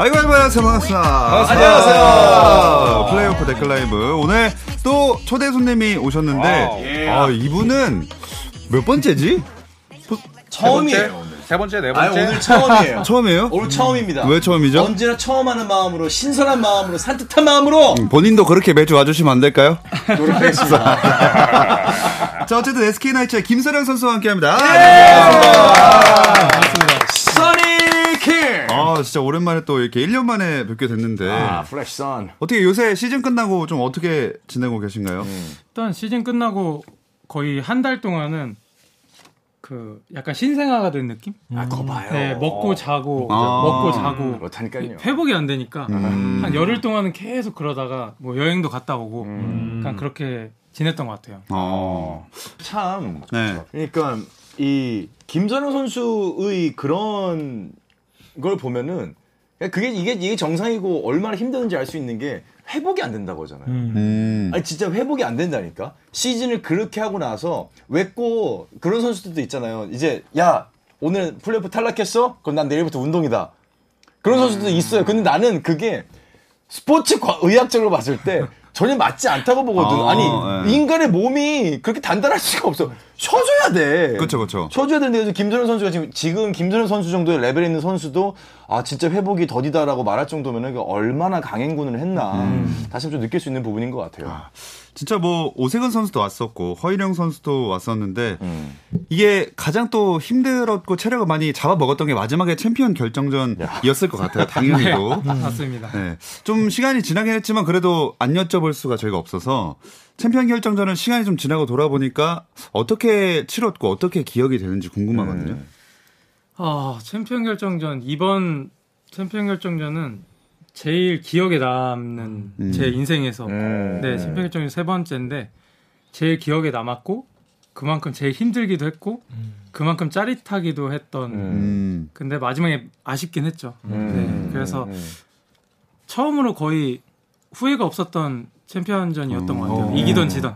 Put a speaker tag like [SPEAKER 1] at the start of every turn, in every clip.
[SPEAKER 1] 아이고 아이고 안녕하세요 반갑습니다. 아,
[SPEAKER 2] 안녕하세요.
[SPEAKER 1] 플레이오프 댓글 라이브 오늘 또 초대 손님이
[SPEAKER 2] 와우.
[SPEAKER 1] 오셨는데 아 이분은 몇 번째지?
[SPEAKER 3] 처음이에요.
[SPEAKER 2] 세 번째, 네
[SPEAKER 3] 아
[SPEAKER 2] 번째.
[SPEAKER 3] 오늘 처음이에요.
[SPEAKER 1] 처음이에요?
[SPEAKER 3] 오늘 처음입니다.
[SPEAKER 1] 왜 처음이죠?
[SPEAKER 3] 언제나 처음 하는 마음으로 신선한 마음으로 산뜻한 마음으로
[SPEAKER 1] 본인도 그렇게 매주 와주시면 안 될까요?
[SPEAKER 3] 노력하겠습니다.
[SPEAKER 1] 자 어쨌든 SK 나이츠의 김서령 선수와 함께합니다.
[SPEAKER 3] 써니킹.
[SPEAKER 1] 아 진짜 오랜만에 또 이렇게 1년 만에 뵙게 됐는데
[SPEAKER 3] 아 플래시 선.
[SPEAKER 1] 어떻게 요새 시즌 끝나고 좀 어떻게 지내고 계신가요?
[SPEAKER 4] 일단 시즌 끝나고 거의 한 달 동안은 그 약간 신생아가 된 느낌?
[SPEAKER 3] 아 거봐요. 음,
[SPEAKER 4] 네, 먹고 자고
[SPEAKER 1] 아. 음.
[SPEAKER 4] 먹고 자고
[SPEAKER 3] 그렇다니까요.
[SPEAKER 4] 회복이 안 되니까 한 열흘 동안은 계속 그러다가 뭐 여행도 갔다 오고
[SPEAKER 3] 음.
[SPEAKER 4] 약간 그렇게 지냈던 것 같아요.
[SPEAKER 1] 어.
[SPEAKER 3] 참.
[SPEAKER 1] 네.
[SPEAKER 3] 그러니까 이 김선영 선수의 그런 걸 보면은 그러니까 그게 이게 이게 정상이고 얼마나 힘드는지 알 수 있는 게 회복이 안 된다고 하잖아요.
[SPEAKER 1] 음.
[SPEAKER 3] 아니 진짜 회복이 안 된다니까 시즌을 그렇게 하고 나서 왜꼬 그런 선수들도 있잖아요 이제 야 오늘 플레이오프 탈락했어 그럼 난 내일부터 운동이다 그런
[SPEAKER 1] 음.
[SPEAKER 3] 선수도 있어요 근데 나는 그게 스포츠 과- 의학적으로 봤을 때 전혀 맞지 않다고 보거든
[SPEAKER 1] 아,
[SPEAKER 3] 아니
[SPEAKER 1] 네.
[SPEAKER 3] 인간의 몸이 그렇게 단단할 수가 없어 쉬어줘야 돼
[SPEAKER 1] 그렇죠 그렇죠.
[SPEAKER 3] 쳐줘야 되는데 그래서 김선현 선수가 지금 지금 김선현 선수 정도의 레벨에 있는 선수도 아 진짜 회복이 더디다라고 말할 정도면은 그 얼마나 강행군을 했나 다시 좀 느낄 수 있는 부분인 것 같아요.
[SPEAKER 1] 진짜 뭐 오세근 선수도 왔었고 허일영 선수도 왔었는데
[SPEAKER 3] 음.
[SPEAKER 1] 이게 가장 또 힘들었고 체력을 많이 잡아먹었던 게 마지막에 챔피언 결정전이었을 것 같아요. 당연히도.
[SPEAKER 4] 맞습니다.
[SPEAKER 1] 네. 좀 시간이 지나긴 했지만 그래도 안 여쭤볼 수가 저희가 없어서 챔피언 결정전은 시간이 좀 지나고 돌아보니까 어떻게 치렀고 어떻게 기억이 되는지 궁금하거든요.
[SPEAKER 4] 아, 챔피언 결정전 이번 챔피언 결정전은 제일 기억에 남는
[SPEAKER 1] 음.
[SPEAKER 4] 제 인생에서
[SPEAKER 3] 음.
[SPEAKER 4] 네, 챔피언 결정전 세 번째인데 제일 기억에 남았고 그만큼 제일 힘들기도 했고 그만큼 짜릿하기도 했던
[SPEAKER 1] 음.
[SPEAKER 4] 근데 마지막에 아쉽긴 했죠.
[SPEAKER 3] 음.
[SPEAKER 4] 네, 그래서 처음으로 거의 후회가 없었던 챔피언전이었던 것 같아요. 이기던 지던.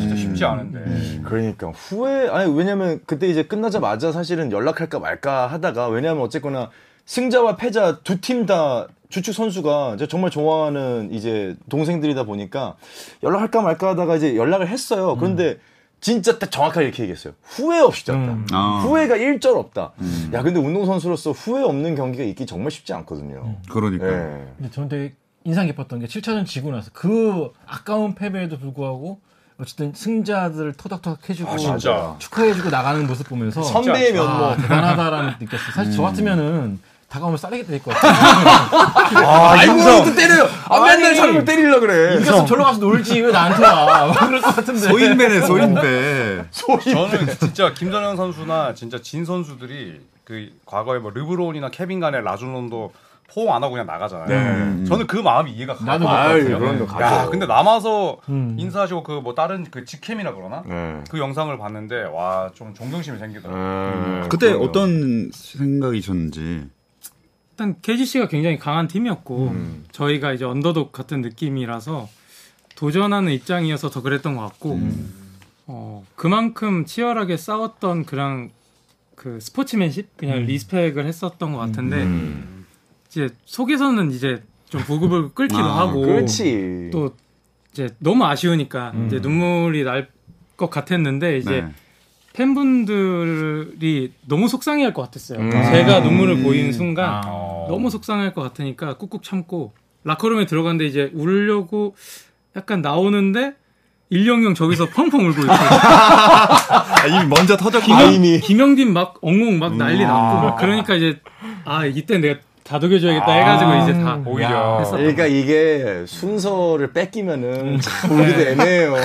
[SPEAKER 2] 진짜 쉽지 않은데.
[SPEAKER 3] 그러니까 후회 아니 왜냐면 그때 이제 끝나자마자 사실은 연락할까 말까 하다가 왜냐면 어쨌거나 승자와 패자 두 팀 다 주축 선수가 이제 정말 좋아하는 이제 동생들이다 보니까 연락할까 말까 하다가 이제 연락을
[SPEAKER 4] 음.
[SPEAKER 3] 했어요. 그런데 진짜 딱 정확하게 이렇게 얘기했어요. 후회 없이 졌다.
[SPEAKER 4] 음.
[SPEAKER 1] 아.
[SPEAKER 3] 후회가 일절 없다. 야 근데 운동선수로서 후회 없는 경기가 있기 정말 쉽지 않거든요.
[SPEAKER 4] 음.
[SPEAKER 1] 그러니까.
[SPEAKER 3] 예.
[SPEAKER 5] 근데 저는 되게 인상 깊었던 게 7차전 지고 나서 그 아까운 패배에도 불구하고 어쨌든 승자들을 토닥토닥 해주고
[SPEAKER 2] 아, 진짜.
[SPEAKER 5] 축하해주고 나가는 모습 보면서
[SPEAKER 3] 선배의
[SPEAKER 5] 아,
[SPEAKER 3] 면모. 음.
[SPEAKER 5] 대단하다라는 느꼈어요. 사실 저 같으면은 다가오면 싸대기 때릴 것 같아요.
[SPEAKER 3] 아이고 또 때려요. 아, 맨날
[SPEAKER 5] 아니.
[SPEAKER 3] 사람을 때리려 그래.
[SPEAKER 5] 이겼으면 절로 가서 놀지 왜 나한테 와? 막 그럴 것 같은데.
[SPEAKER 1] 소인배네 소인배.
[SPEAKER 2] 저는 진짜 김선영 선수나 진짜 진 선수들이 그 과거에 뭐 르브론이나 케빈 간의 라줄론도 포옹 안 하고 그냥 나가잖아요. 저는 그 마음이 이해가 가요.
[SPEAKER 5] 나도 그럴
[SPEAKER 3] 아유,
[SPEAKER 5] 것 같아요.
[SPEAKER 3] 그런 거
[SPEAKER 2] 야,
[SPEAKER 3] 가죠.
[SPEAKER 2] 근데 남아서
[SPEAKER 5] 음.
[SPEAKER 2] 인사하시고 그 뭐 다른 그 직캠이라 그러나
[SPEAKER 3] 네.
[SPEAKER 2] 그 영상을 봤는데 와 좀 존경심이 생기더라고요.
[SPEAKER 1] 그때 어떤 생각이셨는지.
[SPEAKER 4] 일단 KGC가 굉장히 강한 팀이었고
[SPEAKER 3] 음.
[SPEAKER 4] 저희가 이제 언더독 같은 느낌이라서 도전하는 입장이어서 더 그랬던 것 같고
[SPEAKER 3] 음.
[SPEAKER 4] 어, 그만큼 치열하게 싸웠던 그냥 그 스포츠맨십 그냥 리스펙을 했었던 것 같은데
[SPEAKER 3] 음.
[SPEAKER 4] 이제 속에서는 이제 좀 부글부글 끓기도
[SPEAKER 1] 아,
[SPEAKER 4] 하고
[SPEAKER 3] 그렇지. 음.
[SPEAKER 4] 또 이제 너무 아쉬우니까 이제 눈물이 날 것 같았는데 이제
[SPEAKER 1] 네.
[SPEAKER 4] 팬분들이 너무 속상해할 것 같았어요.
[SPEAKER 2] 음.
[SPEAKER 4] 제가 눈물을 보이는 순간
[SPEAKER 2] 어.
[SPEAKER 4] 너무 속상할 것 같으니까 꾹꾹 참고 라커룸에 들어갔는데 이제 울려고 약간 나오는데 일영이 형 저기서 펑펑 울고 있어요.
[SPEAKER 1] 아, 이미 먼저 터졌고.
[SPEAKER 3] 아, 이미.
[SPEAKER 4] 김영진 막 엉엉
[SPEAKER 2] 음.
[SPEAKER 4] 막 난리
[SPEAKER 2] 아.
[SPEAKER 4] 났고 막 그러니까 이제 아 이때 내가 다독여줘야겠다 해가지고 이제
[SPEAKER 5] 음.
[SPEAKER 4] 다
[SPEAKER 2] 아. 오히려
[SPEAKER 4] 했었던
[SPEAKER 3] 그러니까 이게 순서를 뺏기면은
[SPEAKER 4] 음.
[SPEAKER 3] 보기도 애매해요.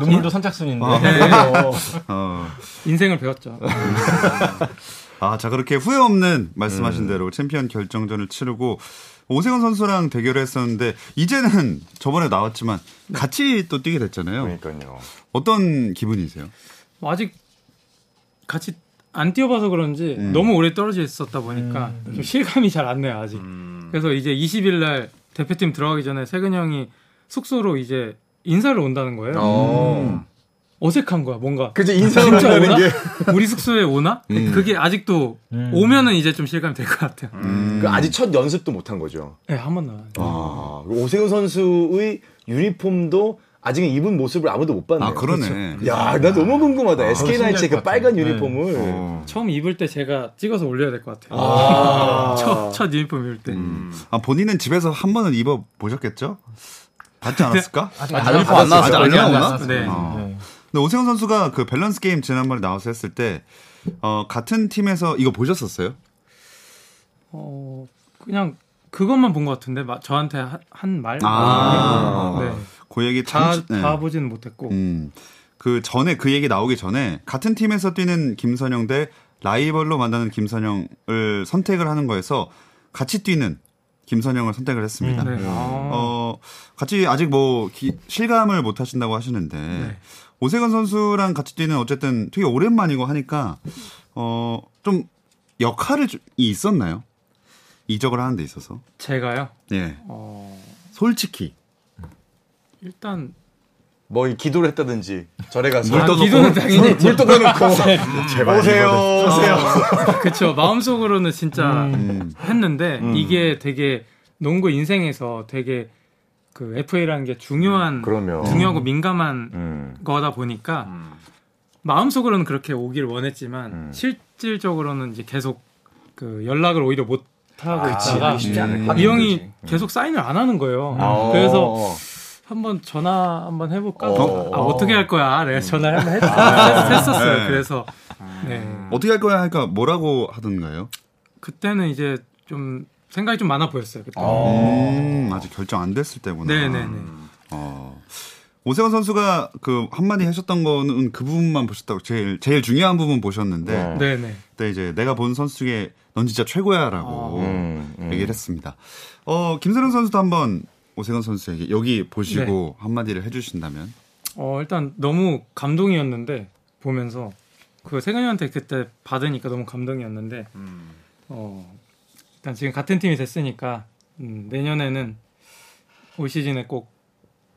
[SPEAKER 5] 눈물도 선착순인데.
[SPEAKER 1] 어.
[SPEAKER 4] 인생을 배웠죠.
[SPEAKER 1] 아, 자, 그렇게 후회 없는 말씀하신 대로 챔피언 결정전을 치르고 오세훈 선수랑 대결을 했었는데 이제는 저번에 나왔지만 같이 또 뛰게 됐잖아요.
[SPEAKER 3] 그러니까요.
[SPEAKER 1] 어떤 기분이세요?
[SPEAKER 4] 뭐 아직 같이 안 뛰어봐서 그런지
[SPEAKER 3] 음.
[SPEAKER 4] 너무 오래 떨어져 있었다 보니까 좀 실감이 잘 안 나요 아직.
[SPEAKER 3] 음.
[SPEAKER 4] 그래서 이제 20일 날 음. 대표팀 들어가기 전에 세근 형이 숙소로 이제 인사를 온다는 거예요. 어색한 거야 뭔가
[SPEAKER 3] 어. 그치, 인사를
[SPEAKER 4] 진짜
[SPEAKER 3] 한다는
[SPEAKER 4] 오나?
[SPEAKER 3] 게. 음.
[SPEAKER 4] 우리 숙소에 오나? 그게 아직도 오면은 이제 좀 실감이 될 것 같아요.
[SPEAKER 1] 음.
[SPEAKER 3] 그 아직 첫 연습도 못 한 거죠.
[SPEAKER 4] 네, 한 번도 안. 해요.
[SPEAKER 3] 아, 오세훈 선수의 유니폼도 아직은 입은 모습을 아무도 못 봤네요.
[SPEAKER 1] 아, 그러네.
[SPEAKER 3] 야, 나 너무 궁금하다. SK 나이츠의
[SPEAKER 5] 신기할
[SPEAKER 3] 그
[SPEAKER 5] 것
[SPEAKER 3] 빨간
[SPEAKER 5] 같아요.
[SPEAKER 3] 유니폼을.
[SPEAKER 1] 어.
[SPEAKER 4] 처음 입을 때 제가 찍어서 올려야 될 것 같아요.
[SPEAKER 3] 아. 음.
[SPEAKER 4] 첫, 첫 유니폼 입을 때.
[SPEAKER 1] 아, 본인은 집에서 한 번은 입어 보셨겠죠? 받지 않았을까?
[SPEAKER 5] 네. 아직
[SPEAKER 3] 안 알려고 안 나왔어요.
[SPEAKER 1] 아직 알려고 안
[SPEAKER 5] 나왔어요.
[SPEAKER 4] 네.
[SPEAKER 1] 어. 근데 오세훈 선수가 그 밸런스 게임 지난번에 나와서 했을 때 어, 같은 팀에서 이거 보셨었어요?
[SPEAKER 4] 어, 그냥 그것만 본 것 같은데 마- 저한테 하- 한 말.
[SPEAKER 1] 아.
[SPEAKER 4] 네.
[SPEAKER 1] 그 얘기
[SPEAKER 4] 다,
[SPEAKER 1] 잠시- 네.
[SPEAKER 4] 다 보지는 못했고.
[SPEAKER 1] 음. 그 전에 그 얘기 나오기 전에 같은 팀에서 뛰는 김선영 대 라이벌로 만나는 김선영을 선택을 하는 거에서 같이 뛰는 김선영을 선택을 했습니다.
[SPEAKER 4] 네. 아.
[SPEAKER 1] 어, 같이 아직 뭐 기- 실감을 못 하신다고 하시는데
[SPEAKER 4] 네.
[SPEAKER 1] 오세근 선수랑 같이 뛰는 어쨌든 되게 오랜만이고 하니까 어, 좀 역할이 좀- 이 있었나요? 이적을 하는 데 있어서.
[SPEAKER 4] 제가요.
[SPEAKER 1] 예.
[SPEAKER 4] 어,
[SPEAKER 1] 솔직히
[SPEAKER 4] 일단
[SPEAKER 3] 뭐 기도를 했다든지 절에 가서
[SPEAKER 4] 아, 기도는 당연히 했죠.
[SPEAKER 3] 물 떠놓고 제발 오세요
[SPEAKER 1] 어.
[SPEAKER 3] 오세요
[SPEAKER 4] 그쵸 마음속으로는 진짜
[SPEAKER 1] 음.
[SPEAKER 4] 했는데 이게 되게 농구 인생에서 되게 그 FA라는 게 중요한
[SPEAKER 3] 그럼요.
[SPEAKER 4] 중요하고 민감한
[SPEAKER 3] 음.
[SPEAKER 4] 거다 보니까 마음속으로는 그렇게 오길 원했지만 실질적으로는 이제 계속 그 연락을 오히려 못 하고 있다가 이 형이 계속 사인을 안 하는 거예요.
[SPEAKER 3] 아. 음.
[SPEAKER 1] 음.
[SPEAKER 4] 그래서 한번 전화 한번 해볼까?
[SPEAKER 3] 어.
[SPEAKER 4] 아, 어떻게 할 거야? 내가 전화를 한번 했, 었어요
[SPEAKER 1] 네.
[SPEAKER 4] 그래서 네.
[SPEAKER 1] 어떻게 할 거야 하니까 뭐라고 하던가요?
[SPEAKER 4] 그때는 이제 좀 생각이 좀 많아 보였어요. 그때.
[SPEAKER 1] 음, 아직 결정 안 됐을 때구나.
[SPEAKER 4] 네네네.
[SPEAKER 1] 어. 오세훈 선수가 그 한마디 하셨던 거는 그 부분만 보셨다고 제일 제일 중요한 부분 보셨는데
[SPEAKER 3] 네.
[SPEAKER 4] 네네.
[SPEAKER 1] 그때 이제 내가 본 선수 중에 넌 진짜 최고야라고
[SPEAKER 3] 음, 음.
[SPEAKER 1] 얘기를 했습니다. 어 김세령 선수도 한번 오세훈 선수에게 여기
[SPEAKER 4] 네.
[SPEAKER 1] 보시고 한마디를 해주신다면
[SPEAKER 4] 어, 일단 너무 감동이었는데 보면서 그 세근이한테 그때 받으니까 너무 감동이었는데 어, 일단 지금 같은 팀이 됐으니까 음, 내년에는 올 시즌에 꼭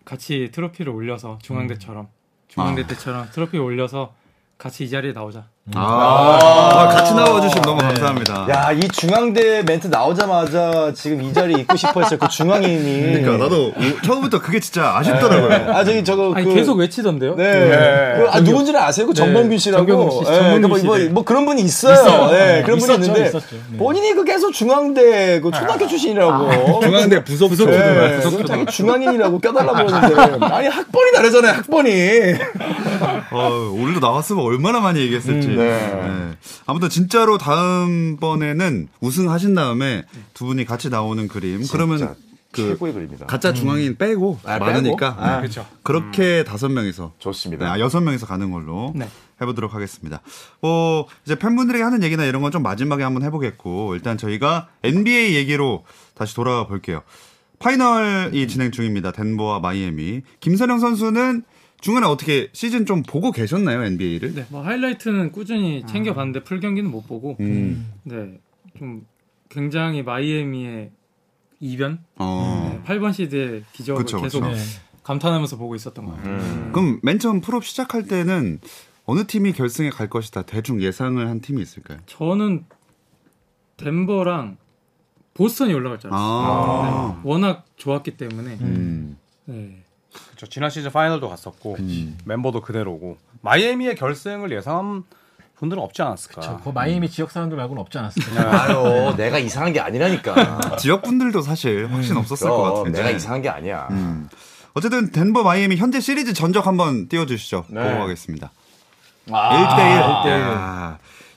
[SPEAKER 4] 같이 트로피를 올려서 중앙대 처럼 중앙대 때처럼 트로피 올려서 같이 이 자리에 나오자.
[SPEAKER 1] 아, 같이 나와 주시면 너무 감사합니다.
[SPEAKER 3] 음. 네. 야 이 중앙대 멘트 나오자마자 지금 이 자리에 있고 싶어 했어요 그 중앙인이
[SPEAKER 1] 그러니까 나도 오- 처음부터 그게 진짜 아쉽더라고요.
[SPEAKER 3] 아 저기 저거
[SPEAKER 4] 아니
[SPEAKER 3] 그
[SPEAKER 4] 계속 외치던데요?
[SPEAKER 3] 네. 그, 아, 누군지는 아세요? 그 정범균 씨라고.
[SPEAKER 4] 정경훈 씨,
[SPEAKER 3] 예,
[SPEAKER 4] 정경훈
[SPEAKER 3] 그 뭐,
[SPEAKER 4] 씨.
[SPEAKER 3] 뭐, 뭐 그런 분이 있어요. 예, 그런 분이
[SPEAKER 5] 있었죠,
[SPEAKER 3] 있는데.
[SPEAKER 5] 있었죠. 네.
[SPEAKER 3] 본인이 그 계속 중앙대, 그 초등학교 출신이라고.
[SPEAKER 6] 중앙대 부속 부속
[SPEAKER 3] 예,
[SPEAKER 2] 네.
[SPEAKER 3] 자기 중앙인이라고 껴달라고 그러는데. 아니, 학번이 다르잖아요, 학번이.
[SPEAKER 1] 어, 오늘도 나왔으면 얼마나 많이 얘기했을지.
[SPEAKER 3] 음,
[SPEAKER 1] 네. 아무튼 진짜로 다음번에는 우승하신 다음에 두 분이 같이 나오는 그림. 그러면 그
[SPEAKER 3] 최고의 그림이다.
[SPEAKER 1] 가짜 중앙인 빼고
[SPEAKER 3] 아, 빼고?
[SPEAKER 1] 많으니까
[SPEAKER 3] 아. 음.
[SPEAKER 1] 그렇죠. 그렇게 다섯 명이서
[SPEAKER 3] 좋습니다.
[SPEAKER 1] 네, 여섯 명이서 가는 걸로
[SPEAKER 4] 네.
[SPEAKER 1] 해보도록 하겠습니다. 어, 이제 팬분들에게 하는 얘기나 이런 건 좀 마지막에 한번 해보겠고 일단 저희가 NBA 얘기로 다시 돌아가 볼게요. 파이널이 진행 중입니다. 덴버와 마이애미. 김선영 선수는 중간에 어떻게 시즌 좀 보고 계셨나요 NBA를?
[SPEAKER 4] 네, 뭐 하이라이트는 꾸준히 챙겨봤는데 풀 경기는 못 보고
[SPEAKER 1] 음.
[SPEAKER 4] 네, 좀 굉장히 마이애미의 이변
[SPEAKER 1] 어.
[SPEAKER 4] 8번 시드의 기적을
[SPEAKER 1] 그쵸,
[SPEAKER 4] 계속
[SPEAKER 1] 그쵸.
[SPEAKER 4] 감탄하면서 보고 있었던 것 같아요.
[SPEAKER 1] 그럼 맨 처음 풀업 시작할 때는 어느 팀이 결승에 갈 것이다 대충 예상을 한 팀이 있을까요?
[SPEAKER 4] 저는 덴버랑 보스턴이 올라갈 줄 알았어요.
[SPEAKER 1] 아.
[SPEAKER 4] 네, 워낙 좋았기 때문에
[SPEAKER 1] 음.
[SPEAKER 4] 네.
[SPEAKER 2] 그렇죠. 지난 시즌 파이널도 갔었고 멤버도 그대로고 마이애미의 결승을 예상한 분들은 없지 않았을까.
[SPEAKER 5] 그 마이애미 지역 사람들 말고는 없지 않았어요.
[SPEAKER 3] 아유, 내가 이상한 게 아니라니까.
[SPEAKER 1] 지역 분들도 사실 확신 없었을 것
[SPEAKER 3] 어,
[SPEAKER 1] 같은데.
[SPEAKER 3] 내가 이상한 게 아니야.
[SPEAKER 1] 음. 어쨌든 덴버 마이애미 현재 시리즈 전적 한번 띄워주시죠.
[SPEAKER 3] 네.
[SPEAKER 1] 보고 가겠습니다.
[SPEAKER 3] 아.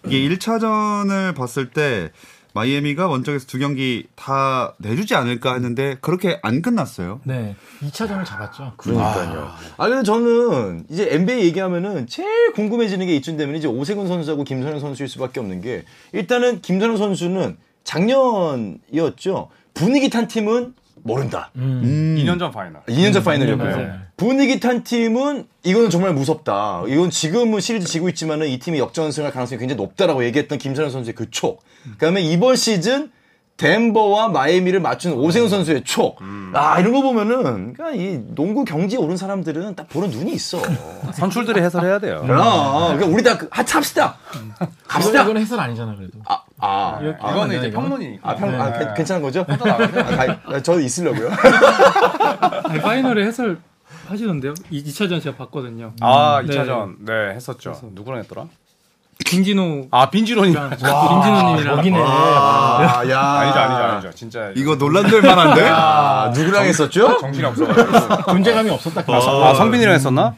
[SPEAKER 3] 음.
[SPEAKER 1] 1대1. 이게 1차전을 봤을 때 마이애미가 원정에서 두 경기 다 내주지 않을까 했는데 그렇게 안 끝났어요.
[SPEAKER 5] 네. 2차전을 잡았죠.
[SPEAKER 3] 그러니까요. 아, 근데 저는 이제 NBA 얘기하면은 제일 궁금해지는 게 이쯤 되면 이제 오세근 선수하고 김선영 선수일 수밖에 없는 게 일단은 김선영 선수는 작년이었죠. 분위기 탄 팀은 모른다.
[SPEAKER 1] 음.
[SPEAKER 2] 2년 전 파이널.
[SPEAKER 3] 2년차 파이널이었고요.
[SPEAKER 5] 맞아요.
[SPEAKER 3] 분위기 탄 팀은 이거는 정말 무섭다. 이건 지금은 시리즈 지고 있지만은 이 팀이 역전승할 가능성이 굉장히 높다라고 얘기했던 김선영 선수의 그 촉. 그다음에 이번 시즌 덴버와 마이애미를 맞춘 오세훈 선수의 초. 아 이런 거 보면은 그러니까 이 농구 경지에 오른 사람들은 딱 보는 눈이 있어.
[SPEAKER 2] 선출들이 해설해야 돼요.
[SPEAKER 3] 그럼 그러니까 우리 다 그- 하 합시다.
[SPEAKER 5] 이건,
[SPEAKER 3] 갑시다.
[SPEAKER 5] 이건 해설 아니잖아 그래도.
[SPEAKER 3] 아, 아.
[SPEAKER 2] 이거는 이제
[SPEAKER 5] 이거는-
[SPEAKER 2] 평론이니까.
[SPEAKER 3] 아, 평, 아, 괜- 괜찮은 거죠? 아, 저도 있으려고요.
[SPEAKER 4] 아니, 파이널에 해설 하시던데요? 2, 2차전 제가 봤거든요.
[SPEAKER 2] 아,
[SPEAKER 4] 네.
[SPEAKER 2] 2차전. 네, 했었죠. 누구랑 했더라?
[SPEAKER 4] 김진호랑
[SPEAKER 2] 아, 빈지론이.
[SPEAKER 4] 김진호님이랑
[SPEAKER 5] 여기네.
[SPEAKER 3] 아, 야.
[SPEAKER 2] 아니죠, 아니죠, 아니죠. 진짜
[SPEAKER 1] 이거 논란될 만한데?
[SPEAKER 3] 아, 누구랑 했었죠?
[SPEAKER 2] 정신이 없어가지고.
[SPEAKER 5] 존재감이 없었다. 그
[SPEAKER 2] 아, 성빈이랑 했었나?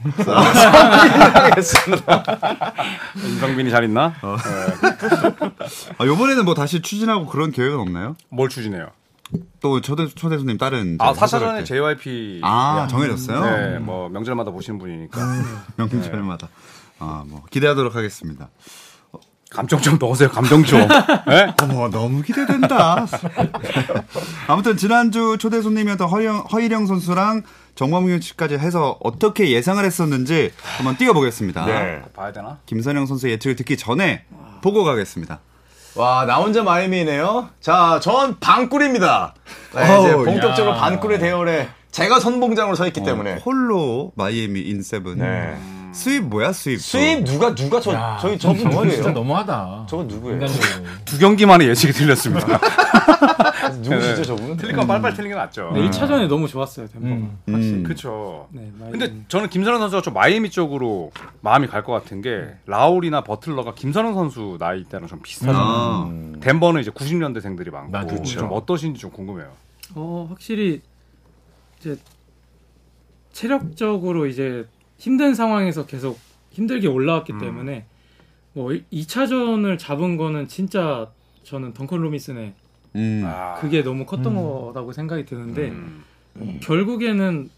[SPEAKER 2] 임성빈이 잘 있나?
[SPEAKER 1] 아, 요번에는 뭐 다시 추진하고 그런 계획은 없나요?
[SPEAKER 2] 뭘 추진해요?
[SPEAKER 1] 또 초대 초대 손님 다른
[SPEAKER 2] 아,
[SPEAKER 1] 저기 해설할
[SPEAKER 2] 4차전에
[SPEAKER 1] 때.
[SPEAKER 2] JYP.
[SPEAKER 1] 아 정해졌어요?
[SPEAKER 2] 네, 뭐 명절마다 보시는 분이니까
[SPEAKER 3] 네.
[SPEAKER 1] 명절마다 아뭐 기대하도록 하겠습니다.
[SPEAKER 2] 감정 좀 넣으세요. 감정 좀. 네?
[SPEAKER 1] 어머 뭐, 너무 기대된다. 아무튼 지난주 초대 손님이었던 허이령, 허이령 선수랑 정범균 씨까지 해서 어떻게 예상을 했었는지 한번 띄워보겠습니다.
[SPEAKER 2] 봐야 되나?
[SPEAKER 1] 김선영 선수의 예측을 듣기 전에 보고 가겠습니다.
[SPEAKER 3] 와, 나 혼자 마이미네요. 자, 전 반꿀입니다. 네, 이제
[SPEAKER 1] 어우,
[SPEAKER 3] 본격적으로 반꿀의 대열에 제가 선봉장으로 서
[SPEAKER 5] 어,
[SPEAKER 3] 있기
[SPEAKER 1] 네.
[SPEAKER 3] 때문에.
[SPEAKER 1] 홀로 마이애미 인세븐. 수입 뭐야 네. 수입?
[SPEAKER 3] 수입 누가 누가 저 저기 저분
[SPEAKER 5] 진짜
[SPEAKER 3] 누구예요?
[SPEAKER 5] 너무하다. 음.
[SPEAKER 3] 저분 누구예요?
[SPEAKER 5] 인간적으로.
[SPEAKER 2] 두 경기만에 예측이 틀렸습니다.
[SPEAKER 3] 누구시죠 저분?
[SPEAKER 2] 틀릴 건 빨빨 틀리는 게 낫죠.
[SPEAKER 4] 네, 1차전에 너무 좋았어요, 덴버가.
[SPEAKER 1] 음.
[SPEAKER 2] 그렇죠.
[SPEAKER 4] 네, 마이애미.
[SPEAKER 2] 근데 저는 김선영 선수가 좀 마이애미 쪽으로 마음이 갈 것 같은 게 라울이나 버틀러가 김선영 선수 나이 때랑 좀 비슷하잖아요.
[SPEAKER 1] 아,
[SPEAKER 2] 덴버는 이제 90년대생들이 많고
[SPEAKER 5] 맞아요. 그쵸.
[SPEAKER 2] 좀 어떠신지 좀 궁금해요.
[SPEAKER 4] 어, 확실히 이제 체력적으로 이제 힘든 상황에서 계속 힘들게 올라왔기
[SPEAKER 2] 음.
[SPEAKER 4] 때문에 뭐 2차전을 잡은 거는 진짜 저는 덩컨 로미슨의
[SPEAKER 1] 음.
[SPEAKER 2] 아,
[SPEAKER 4] 그게 너무 컸던 거라고 생각이 드는데
[SPEAKER 2] 음.
[SPEAKER 4] 결국에는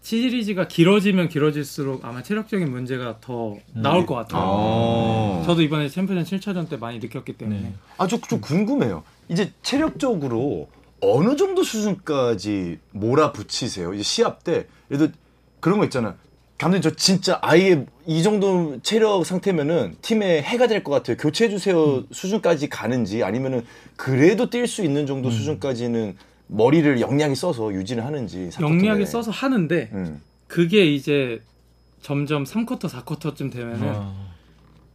[SPEAKER 4] 시리즈가 길어지면 길어질수록 아마 체력적인 문제가 더 나올 것 같아요.
[SPEAKER 1] 어.
[SPEAKER 4] 저도 이번에 챔피언 7차전 때 많이 느꼈기 때문에
[SPEAKER 5] 네.
[SPEAKER 3] 아저 좀 궁금해요. 이제 체력적으로 어느 정도 수준까지 몰아붙이세요? 이제 시합 때 예를 들어 그런 거 있잖아. 감독님 저 진짜 아예 이 정도 체력 상태면은 팀에 해가 될 것 같아요. 교체해 주세요 수준까지 가는지 아니면은 그래도 뛸 수 있는
[SPEAKER 4] 음.
[SPEAKER 3] 정도 수준까지는 머리를 영리하게 써서 유지를 하는지 사쿼터
[SPEAKER 4] 영리하게
[SPEAKER 3] 내에.
[SPEAKER 4] 써서 하는데
[SPEAKER 3] 음.
[SPEAKER 4] 그게 이제 점점 3쿼터, 4쿼터쯤 되면은
[SPEAKER 2] 어.
[SPEAKER 5] 아,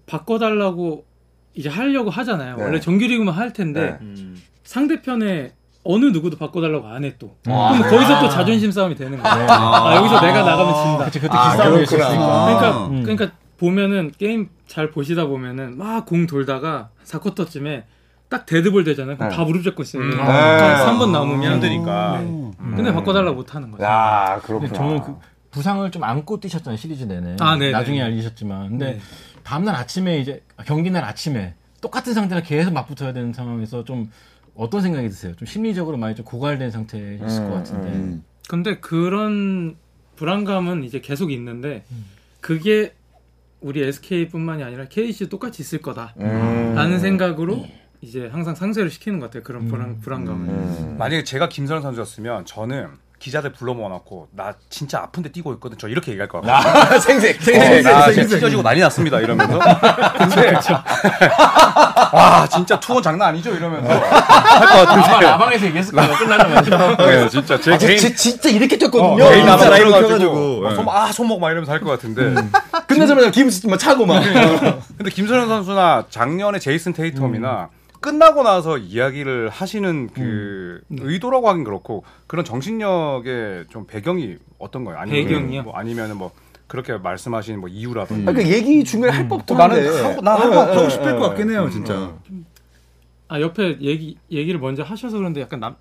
[SPEAKER 4] 바꿔달라고 이제 하려고 하잖아요.
[SPEAKER 3] 네.
[SPEAKER 4] 원래 정규리그만 할 텐데 상대편에 어느 누구도 바꿔달라고 안 해
[SPEAKER 2] 음.
[SPEAKER 4] 또.
[SPEAKER 3] 아, 네.
[SPEAKER 4] 그럼 거기서 또 자존심 싸움이 되는 거예요.
[SPEAKER 2] 네.
[SPEAKER 4] 아, 여기서 내가 나가면 진다.
[SPEAKER 5] 그치 그때
[SPEAKER 3] 아,
[SPEAKER 5] 기싸움이
[SPEAKER 3] 그렇구나.
[SPEAKER 5] 있었으니까.
[SPEAKER 4] 그러니까
[SPEAKER 5] 음.
[SPEAKER 4] 그러니까 보면은 게임 잘 보시다 보면은 막 공 돌다가 4쿼터쯤에 딱 데드볼 되잖아요. 그럼
[SPEAKER 3] 네.
[SPEAKER 4] 다 무릎 잡고 있어요.
[SPEAKER 2] 음.
[SPEAKER 3] 네.
[SPEAKER 4] 3번 남으면 네.
[SPEAKER 2] 힘드니까. 음.
[SPEAKER 4] 근데 바꿔달라고 못 하는 거죠.
[SPEAKER 3] 야
[SPEAKER 5] 근데
[SPEAKER 3] 그렇구나.
[SPEAKER 5] 저는 그 부상을 좀 안고 뛰셨잖아요 시리즈 내내.
[SPEAKER 4] 아, 네,
[SPEAKER 5] 나중에
[SPEAKER 4] 네.
[SPEAKER 5] 알리셨지만, 근데
[SPEAKER 4] 네.
[SPEAKER 5] 다음날 아침에 이제 경기날 아침에 똑같은 상태랑 계속 맞붙어야 되는 상황에서 좀 어떤 생각이 드세요? 좀 심리적으로 많이 좀 고갈된 상태에 있을
[SPEAKER 3] 음,
[SPEAKER 5] 것 같은데.
[SPEAKER 1] 음.
[SPEAKER 4] 근데 그런 불안감은 이제 계속 있는데 그게 우리 SK뿐만이 아니라 KC도 똑같이 있을 거다.
[SPEAKER 3] 음.
[SPEAKER 4] 라는 생각으로 이제 항상 상쇄를 시키는 것 같아요. 그런 불안, 불안감을.
[SPEAKER 3] 음.
[SPEAKER 2] 만약에 제가 김선영 선수였으면 저는 기자들 불러 모아놓고 나 진짜 아픈데 뛰고 있거든. 저 이렇게 얘기할 것 같아요.
[SPEAKER 3] 아, 생색
[SPEAKER 2] 어,
[SPEAKER 3] 생색
[SPEAKER 2] 나 지금 찢어지고 난리 났습니다 이러면서 근데 와 진짜 투혼 장난 아니죠 이러면서 할 것
[SPEAKER 5] 아마
[SPEAKER 2] 같은데
[SPEAKER 5] 라방에서 얘기했을 거예요. 끝나자마자.
[SPEAKER 2] 네, 진짜 제
[SPEAKER 3] 아, 저-
[SPEAKER 2] 개인
[SPEAKER 3] 저 진짜 이렇게
[SPEAKER 2] 어,
[SPEAKER 3] 뛰었거든요.
[SPEAKER 2] 개인
[SPEAKER 3] 진짜.
[SPEAKER 2] 나방
[SPEAKER 1] 라이브
[SPEAKER 2] 들어가지고
[SPEAKER 1] 켜가지고.
[SPEAKER 2] 막
[SPEAKER 1] 네.
[SPEAKER 2] 손목, 아 손목 막 이러면서 할 것 같은데
[SPEAKER 3] 끝나자마자 기분 막 차고 막.
[SPEAKER 2] 근데 김선현 선수나 작년에 제이슨 테이텀이나 끝나고 나서 이야기를 하시는 그 의도라고 하긴 그렇고 그런 정신력의 좀 배경이 어떤 거예요? 아니면
[SPEAKER 4] 배경이요?
[SPEAKER 2] 뭐 아니면은 뭐 그렇게 말씀하신 뭐 이유라든지
[SPEAKER 3] 그러니까 얘기 중간에 할 법도 한데.
[SPEAKER 2] 나는 하고
[SPEAKER 1] 아,
[SPEAKER 2] 나 하고
[SPEAKER 1] 하고 싶을 것 같긴 해요 진짜.
[SPEAKER 4] 아, 옆에 얘기, 얘기를 먼저 하셔서 그런데 약간 남,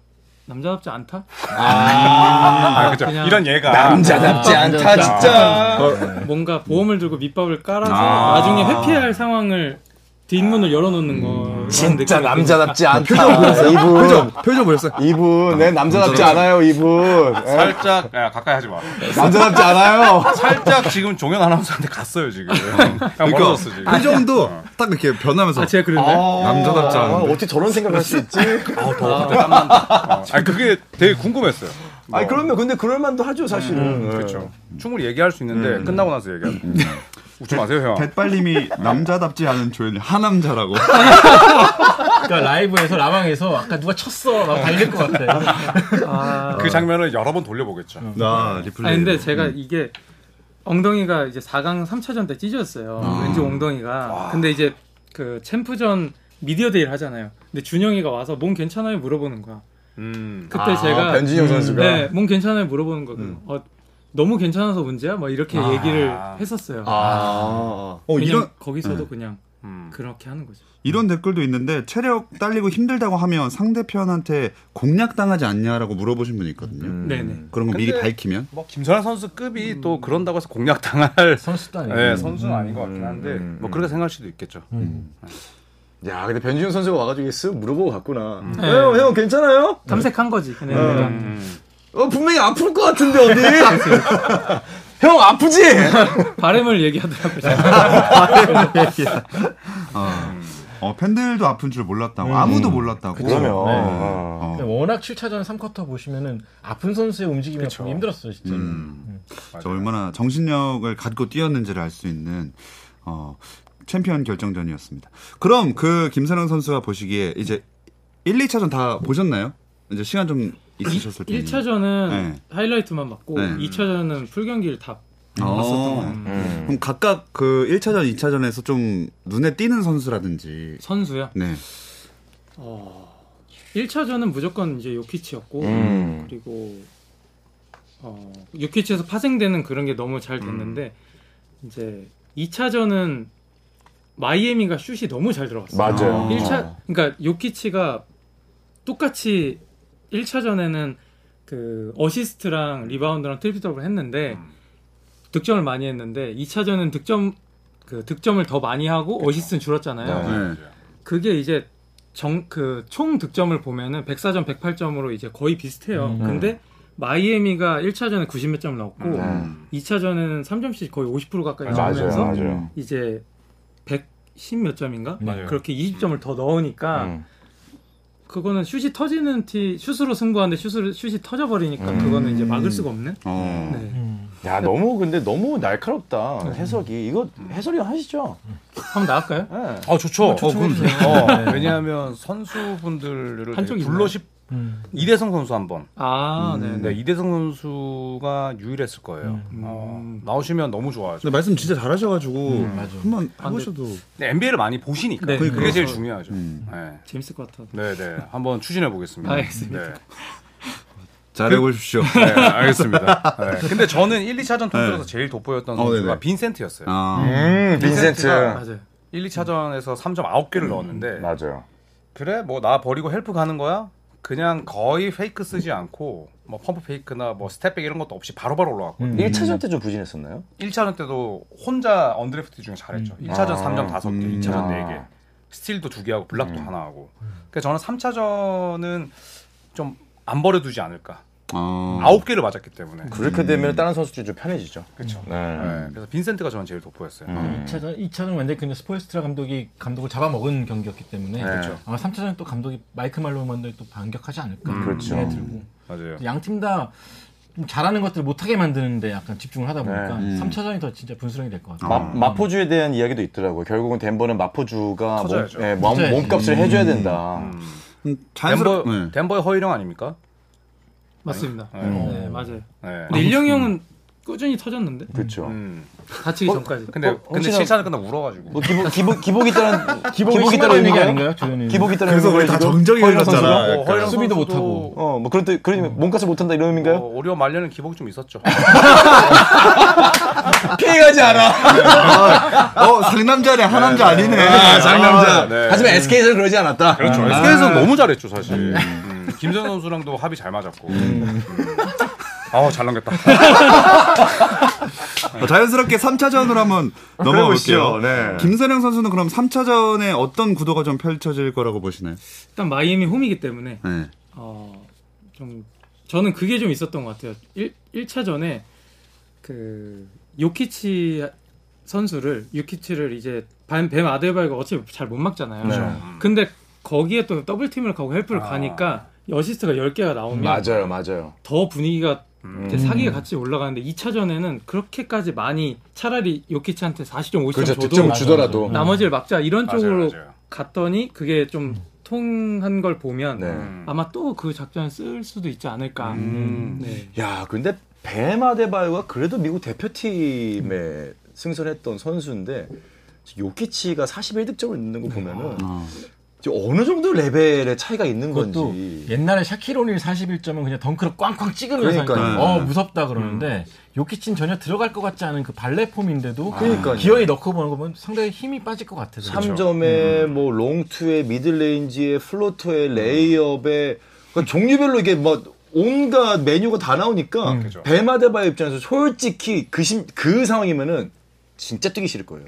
[SPEAKER 4] 남자답지 않다?
[SPEAKER 2] 아, 그죠.
[SPEAKER 4] 그냥-
[SPEAKER 2] 이런 얘가
[SPEAKER 3] 남자답지
[SPEAKER 1] 아,
[SPEAKER 3] 않다 진짜.
[SPEAKER 4] 뭔가 보험을 들고 밑밥을 깔아서 나중에 회피할 상황을 뒷문을 열어놓는 거.
[SPEAKER 3] 음.
[SPEAKER 4] 그런
[SPEAKER 3] 진짜
[SPEAKER 4] 느낌이
[SPEAKER 3] 남자답지 않다. 이분
[SPEAKER 1] 표정 보였어요?
[SPEAKER 3] 이분 내 남자답지 않아요 이분. 예?
[SPEAKER 2] 살짝 야, 가까이 하지 마.
[SPEAKER 3] 남자답지 않아요.
[SPEAKER 2] 살짝 지금 종현 아나운서한테 갔어요 지금. 그러니까 멀어졌어 지금.
[SPEAKER 1] 표정도 딱 이렇게 변하면서 어.
[SPEAKER 4] 아, 제가 그랬나요?
[SPEAKER 1] 남자답지
[SPEAKER 3] 아,
[SPEAKER 1] 않은데.
[SPEAKER 3] 어떻게 저런 생각을 할 수 있지? 아,
[SPEAKER 2] 어. 아니 그게 되게 궁금했어요. 뭐,
[SPEAKER 3] 아니 그러면 근데 그럴 만도 하죠 사실은.
[SPEAKER 2] 그렇죠. 충분히 얘기할 수 있는데 끝나고 나서 얘기하는. 웃지 마세요,
[SPEAKER 1] 어.
[SPEAKER 2] 형.
[SPEAKER 1] 대빨님이 남자답지 않은 조연이 하남자라고.
[SPEAKER 5] 그러니까 라이브에서 라방에서 아까 누가 쳤어 막 달릴 것 같아.
[SPEAKER 2] 그 장면을 여러 번 돌려보겠죠.
[SPEAKER 1] 나
[SPEAKER 4] 아
[SPEAKER 1] 리플레이.
[SPEAKER 4] 근데 제가
[SPEAKER 3] 음.
[SPEAKER 4] 이게 엉덩이가 이제 4강 3차전 때 찢었어요.
[SPEAKER 3] 아.
[SPEAKER 4] 왼쪽 엉덩이가. 근데 이제 그 챔프전 미디어 데이를 하잖아요. 근데 준영이가 와서 몸 괜찮아요 물어보는 거야.
[SPEAKER 2] 음.
[SPEAKER 4] 그때 제가
[SPEAKER 3] 아, 변진영 선수가 음.
[SPEAKER 4] 네, 몸 괜찮아요 물어보는 거고. 어, 너무 괜찮아서 문제야? 뭐 이렇게
[SPEAKER 5] 아.
[SPEAKER 4] 얘기를 했었어요.
[SPEAKER 3] 아,
[SPEAKER 1] 어,
[SPEAKER 4] 왜냐면
[SPEAKER 1] 이런
[SPEAKER 4] 거기서도 그냥
[SPEAKER 2] 음.
[SPEAKER 4] 그렇게 하는 거죠.
[SPEAKER 1] 이런 댓글도 있는데 체력 딸리고 힘들다고 하면 상대편한테 공략 당하지 않냐라고 물어보신 분이 있거든요.
[SPEAKER 3] 음.
[SPEAKER 4] 네네.
[SPEAKER 1] 그런 거 미리
[SPEAKER 2] 근데-
[SPEAKER 1] 밝히면
[SPEAKER 2] 뭐 김선아 선수 급이 또 그런다고 해서 공략당할
[SPEAKER 5] 선수도 아니고.
[SPEAKER 2] 네, 선수는 아닌 것
[SPEAKER 3] 음,
[SPEAKER 2] 같긴 한데 뭐 그렇게 생각할 수도 있겠죠.
[SPEAKER 3] 야 근데 변진영 선수가 와가지고 쓱 물어보고 갔구나.
[SPEAKER 4] 네.
[SPEAKER 3] 형, 형 괜찮아요?
[SPEAKER 4] 탐색한 거지. 그냥 내가.
[SPEAKER 3] 음. 어 분명히 아플 것 같은데 어디? 형 아프지?
[SPEAKER 4] 바램을 얘기하더라고요.
[SPEAKER 1] 아, 어, 팬들도 아픈 줄 몰랐다고 아무도 몰랐다고.
[SPEAKER 3] 그러면
[SPEAKER 5] 네.
[SPEAKER 3] 어.
[SPEAKER 1] 어,
[SPEAKER 5] 워낙 7차전 3쿼터 보시면은 아픈 선수의 움직임이 보기 힘들었어요, 진짜.
[SPEAKER 3] 음.
[SPEAKER 1] 저 얼마나 정신력을 갖고 뛰었는지를 알 수 있는 어, 챔피언 결정전이었습니다. 그럼 그 김선영 선수가 보시기에 이제 1, 2차전 다 보셨나요? 이제 시간 좀 있으셨을 텐데.
[SPEAKER 4] 1차전은
[SPEAKER 1] 네.
[SPEAKER 4] 하이라이트만 봤고
[SPEAKER 1] 네.
[SPEAKER 4] 2차전은 풀경기를 다
[SPEAKER 1] 어. 그럼 각각 그 1차전, 2차전에서 좀 눈에 띄는 선수라든지.
[SPEAKER 4] 선수야.
[SPEAKER 1] 네.
[SPEAKER 4] 1차전은 무조건 이제 요키치였고
[SPEAKER 3] 음.
[SPEAKER 4] 그리고 어, 요키치에서 파생되는 그런 게 너무 잘 됐는데
[SPEAKER 1] 음.
[SPEAKER 4] 이제 2차전은 마이애미가 슛이 너무 잘 들어갔어요.
[SPEAKER 3] 맞아요.
[SPEAKER 1] 아.
[SPEAKER 4] 1차 그러니까 요키치가 똑같이 1차전에는 그 어시스트랑 리바운드랑 트리플 더블 했는데
[SPEAKER 3] 음.
[SPEAKER 4] 득점을 많이 했는데 2차전은 득점 그 득점을 더 많이 하고 어시스트는 줄었잖아요.
[SPEAKER 1] 네.
[SPEAKER 4] 그게 이제 정 그 총 득점을 보면은 104점 108점으로 이제 거의 비슷해요.
[SPEAKER 5] 음.
[SPEAKER 4] 근데 마이애미가 1차전에 90몇 점 넣었고
[SPEAKER 3] 음.
[SPEAKER 4] 2차전에는 3점씩 거의 50% 가까이
[SPEAKER 2] 그렇죠?
[SPEAKER 3] 맞아요,
[SPEAKER 4] 나오면서
[SPEAKER 3] 맞아요.
[SPEAKER 4] 이제 110 몇 점인가?
[SPEAKER 5] 맞아요.
[SPEAKER 4] 그렇게 20점을 더 넣으니까 그거는 슛이 터지는 티 슛으로 승부하는데 슛을 슛이 터져 버리니까 그거는 이제 막을 수가 없는.
[SPEAKER 1] 어.
[SPEAKER 4] 네.
[SPEAKER 3] 야 너무 근데 너무 날카롭다 해석이 이거 해설이 하시죠.
[SPEAKER 4] 한번 나갈까요?
[SPEAKER 3] 네.
[SPEAKER 2] 아 좋죠. 어,
[SPEAKER 5] 네.
[SPEAKER 2] 왜냐하면 선수분들을
[SPEAKER 4] 한쪽이 있나요?
[SPEAKER 2] 불러십 이대성 선수 한번.
[SPEAKER 4] 아, 네.
[SPEAKER 2] 네, 이대성 선수가 유일했을 거예요. 어,
[SPEAKER 3] 음.
[SPEAKER 2] 나오시면 너무 좋아하죠.
[SPEAKER 1] 근데 말씀 진짜 잘하셔가지고
[SPEAKER 5] 맞아.
[SPEAKER 1] 한번
[SPEAKER 4] 아,
[SPEAKER 1] 해보셔도
[SPEAKER 2] NBA를 많이 보시니까
[SPEAKER 4] 네,
[SPEAKER 2] 그게
[SPEAKER 4] 그렇죠.
[SPEAKER 2] 제일 중요하죠.
[SPEAKER 1] 음.
[SPEAKER 2] 네.
[SPEAKER 4] 재밌을 것 같아.
[SPEAKER 2] 네, 네. 한번 추진해 보겠습니다.
[SPEAKER 4] 알겠습니다.
[SPEAKER 2] 네.
[SPEAKER 1] 잘해보십시오.
[SPEAKER 2] 네, 알겠습니다. 네. 근데 저는 1, 2차전
[SPEAKER 3] 네.
[SPEAKER 2] 통틀어서 제일 돋보였던
[SPEAKER 1] 어,
[SPEAKER 2] 선수가
[SPEAKER 1] 네네.
[SPEAKER 2] 빈센트였어요.
[SPEAKER 1] 아.
[SPEAKER 3] 음
[SPEAKER 2] 빈센트가-
[SPEAKER 4] 맞아요.
[SPEAKER 2] 1, 2차전에서 3점 9개를 넣었는데
[SPEAKER 3] 맞아요.
[SPEAKER 2] 그래 뭐 나 버리고 헬프 가는 거야? 그냥 거의 페이크 쓰지 않고 뭐 펌프 페이크나 뭐 스텝백 이런 것도 없이 바로바로 올라갔고
[SPEAKER 5] 음.
[SPEAKER 3] 1차전 때 좀 부진했었나요?
[SPEAKER 2] 1차전 때도 혼자 언드래프트 중에 잘했죠. 1차전
[SPEAKER 3] 아.
[SPEAKER 2] 3점 5개,
[SPEAKER 1] 음.
[SPEAKER 2] 2차전
[SPEAKER 3] 아.
[SPEAKER 2] 4개. 스틸도 2개 하고 블락도 하나 하고. 그러니까 저는 3차전은 좀 안 버려두지 않을까.
[SPEAKER 1] 어.
[SPEAKER 2] 아홉 개를 맞았기 때문에.
[SPEAKER 3] 그렇게 되면 다른 선수들이 좀 편해지죠.
[SPEAKER 2] 그렇죠.
[SPEAKER 3] 네.
[SPEAKER 2] 그래서 빈센트가 저는 제일 돋보였어요.
[SPEAKER 3] 음.
[SPEAKER 5] 2차전, 2차전 완전히 그냥 스포일스트라 감독이 감독을 잡아먹은 경기였기 때문에
[SPEAKER 3] 그렇죠.
[SPEAKER 5] 아마 3차전 또 감독이 마이크 말론 감독이 또 반격하지 않을까
[SPEAKER 2] 음,
[SPEAKER 3] 그렇죠.
[SPEAKER 5] 생각이 들고
[SPEAKER 2] 맞아요.
[SPEAKER 5] 양팀 다 좀 잘하는 것들을 못하게 만드는데 약간 집중을 하다 보니까
[SPEAKER 1] 네. 음.
[SPEAKER 5] 3차전이 더 진짜 분수령이 될 것 같아요.
[SPEAKER 3] 마, 마포주에 대한 이야기도 있더라고요. 결국은 덴버는 마포주가 몸,
[SPEAKER 2] 터져야죠.
[SPEAKER 3] 예, 몸,
[SPEAKER 5] 터져야지.
[SPEAKER 3] 몸값을 해줘야 된다.
[SPEAKER 1] 음, 자연스럽.
[SPEAKER 2] 덴버,
[SPEAKER 1] 네.
[SPEAKER 2] 덴버의 허일영 아닙니까?
[SPEAKER 4] 맞습니다.
[SPEAKER 2] 네.
[SPEAKER 4] 네, 맞아요.
[SPEAKER 2] 네.
[SPEAKER 4] 근데 일령이 형은 꾸준히 터졌는데
[SPEAKER 3] 그렇죠.
[SPEAKER 2] 음.
[SPEAKER 4] 다치기 전까지.
[SPEAKER 2] 근데
[SPEAKER 3] 어,
[SPEAKER 2] 근데
[SPEAKER 3] 혹시나-
[SPEAKER 2] 7차는 끝나 울어가지고.
[SPEAKER 3] 뭐 기복 기복 기복이 따른 기복이,
[SPEAKER 5] 기복이
[SPEAKER 3] 따른
[SPEAKER 5] 따로 있는 게
[SPEAKER 3] 의미인가요?
[SPEAKER 5] 아닌가요, 조현이?
[SPEAKER 3] 기복이 따른
[SPEAKER 1] 그래서 우리 다 정정해 놨잖아.
[SPEAKER 2] 어, 허일영 선수도
[SPEAKER 5] 수비도 못하고.
[SPEAKER 3] 어, 뭐 그런 뜻, 그런 의미, 몸값을 못한다
[SPEAKER 2] 어,
[SPEAKER 3] 이런 의미인가요?
[SPEAKER 2] 오리오 말려는 기복이 좀 있었죠.
[SPEAKER 3] 피해가지 않아.
[SPEAKER 1] 어, 상남자네, 하남자 아니네. 아,
[SPEAKER 2] 장남자. 네.
[SPEAKER 3] 하지만 SK에서는 그러지 않았다.
[SPEAKER 2] 그렇죠. SK에서 너무 잘했죠, 사실. 음. 김선 선수랑도 합이 잘 맞았고. 음. 아우, 잘 넘겼다.
[SPEAKER 1] 어, 자연스럽게 3차전으로 한번 넘어가 볼게요. 김선영 선수는 그럼 3차전에 어떤 구도가 좀 펼쳐질 거라고 보시나요?
[SPEAKER 4] 일단 마이애미 홈이기 때문에
[SPEAKER 1] 네.
[SPEAKER 4] 어, 좀 저는 그게 좀 있었던 것 같아요. 1, 1차전에 그 요키치 선수를 요키치를 이제 뱀, 뱀 아데바이가 어차피 잘 못 막잖아요.
[SPEAKER 3] 네.
[SPEAKER 4] 근데 거기에
[SPEAKER 2] 아.
[SPEAKER 4] 또 더블 팀을 가고 헬프를 가니까 어시스트가 10개가 나오면
[SPEAKER 3] 음, 맞아요, 음. 맞아요.
[SPEAKER 4] 더 분위기가 이제 사기가 같이 올라가는데 2차전에는 그렇게까지 많이 차라리 요키치한테 40점, 50점
[SPEAKER 3] 그렇죠.
[SPEAKER 4] 줘도
[SPEAKER 3] 득점을
[SPEAKER 5] 맞아,
[SPEAKER 3] 주더라도.
[SPEAKER 5] 맞아.
[SPEAKER 4] 나머지를 막자 이런
[SPEAKER 2] 맞아요,
[SPEAKER 4] 쪽으로
[SPEAKER 2] 맞아요.
[SPEAKER 4] 갔더니 그게 좀 통한 걸 보면
[SPEAKER 3] 네.
[SPEAKER 2] 음.
[SPEAKER 4] 아마 또 그 작전을 쓸 수도 있지 않을까.
[SPEAKER 2] 음.
[SPEAKER 4] 네.
[SPEAKER 3] 야, 근데 베마데바요가 그래도 미국 대표팀에 승선했던 선수인데 요키치가 41득점을 넣는 거 보면은
[SPEAKER 1] 어.
[SPEAKER 3] 이제 어느 정도 레벨의 차이가 있는
[SPEAKER 5] 그것도
[SPEAKER 3] 건지.
[SPEAKER 5] 옛날에 샤키로닐 41점은 그냥 덩크로 꽝꽝 찍으면서
[SPEAKER 3] 그러니까요. 음.
[SPEAKER 5] 어 무섭다 그러는데 요키친 전혀 들어갈 것 같지 않은 그 발레 폼인데도
[SPEAKER 3] 아. 그러니까요.
[SPEAKER 5] 기어이 넣고 보는 거 보면 상당히 힘이 빠질 것 같아요. 그렇죠?
[SPEAKER 3] 3점에 뭐 롱투에 미들레인지에 플로터에 레이업에 그러니까 종류별로 이게 막 온갖 메뉴가 다 나오니까
[SPEAKER 2] 그죠.
[SPEAKER 3] 베마데바요 입장에서 솔직히 그, 심- 그 상황이면은 진짜 뛰기 싫을 거예요.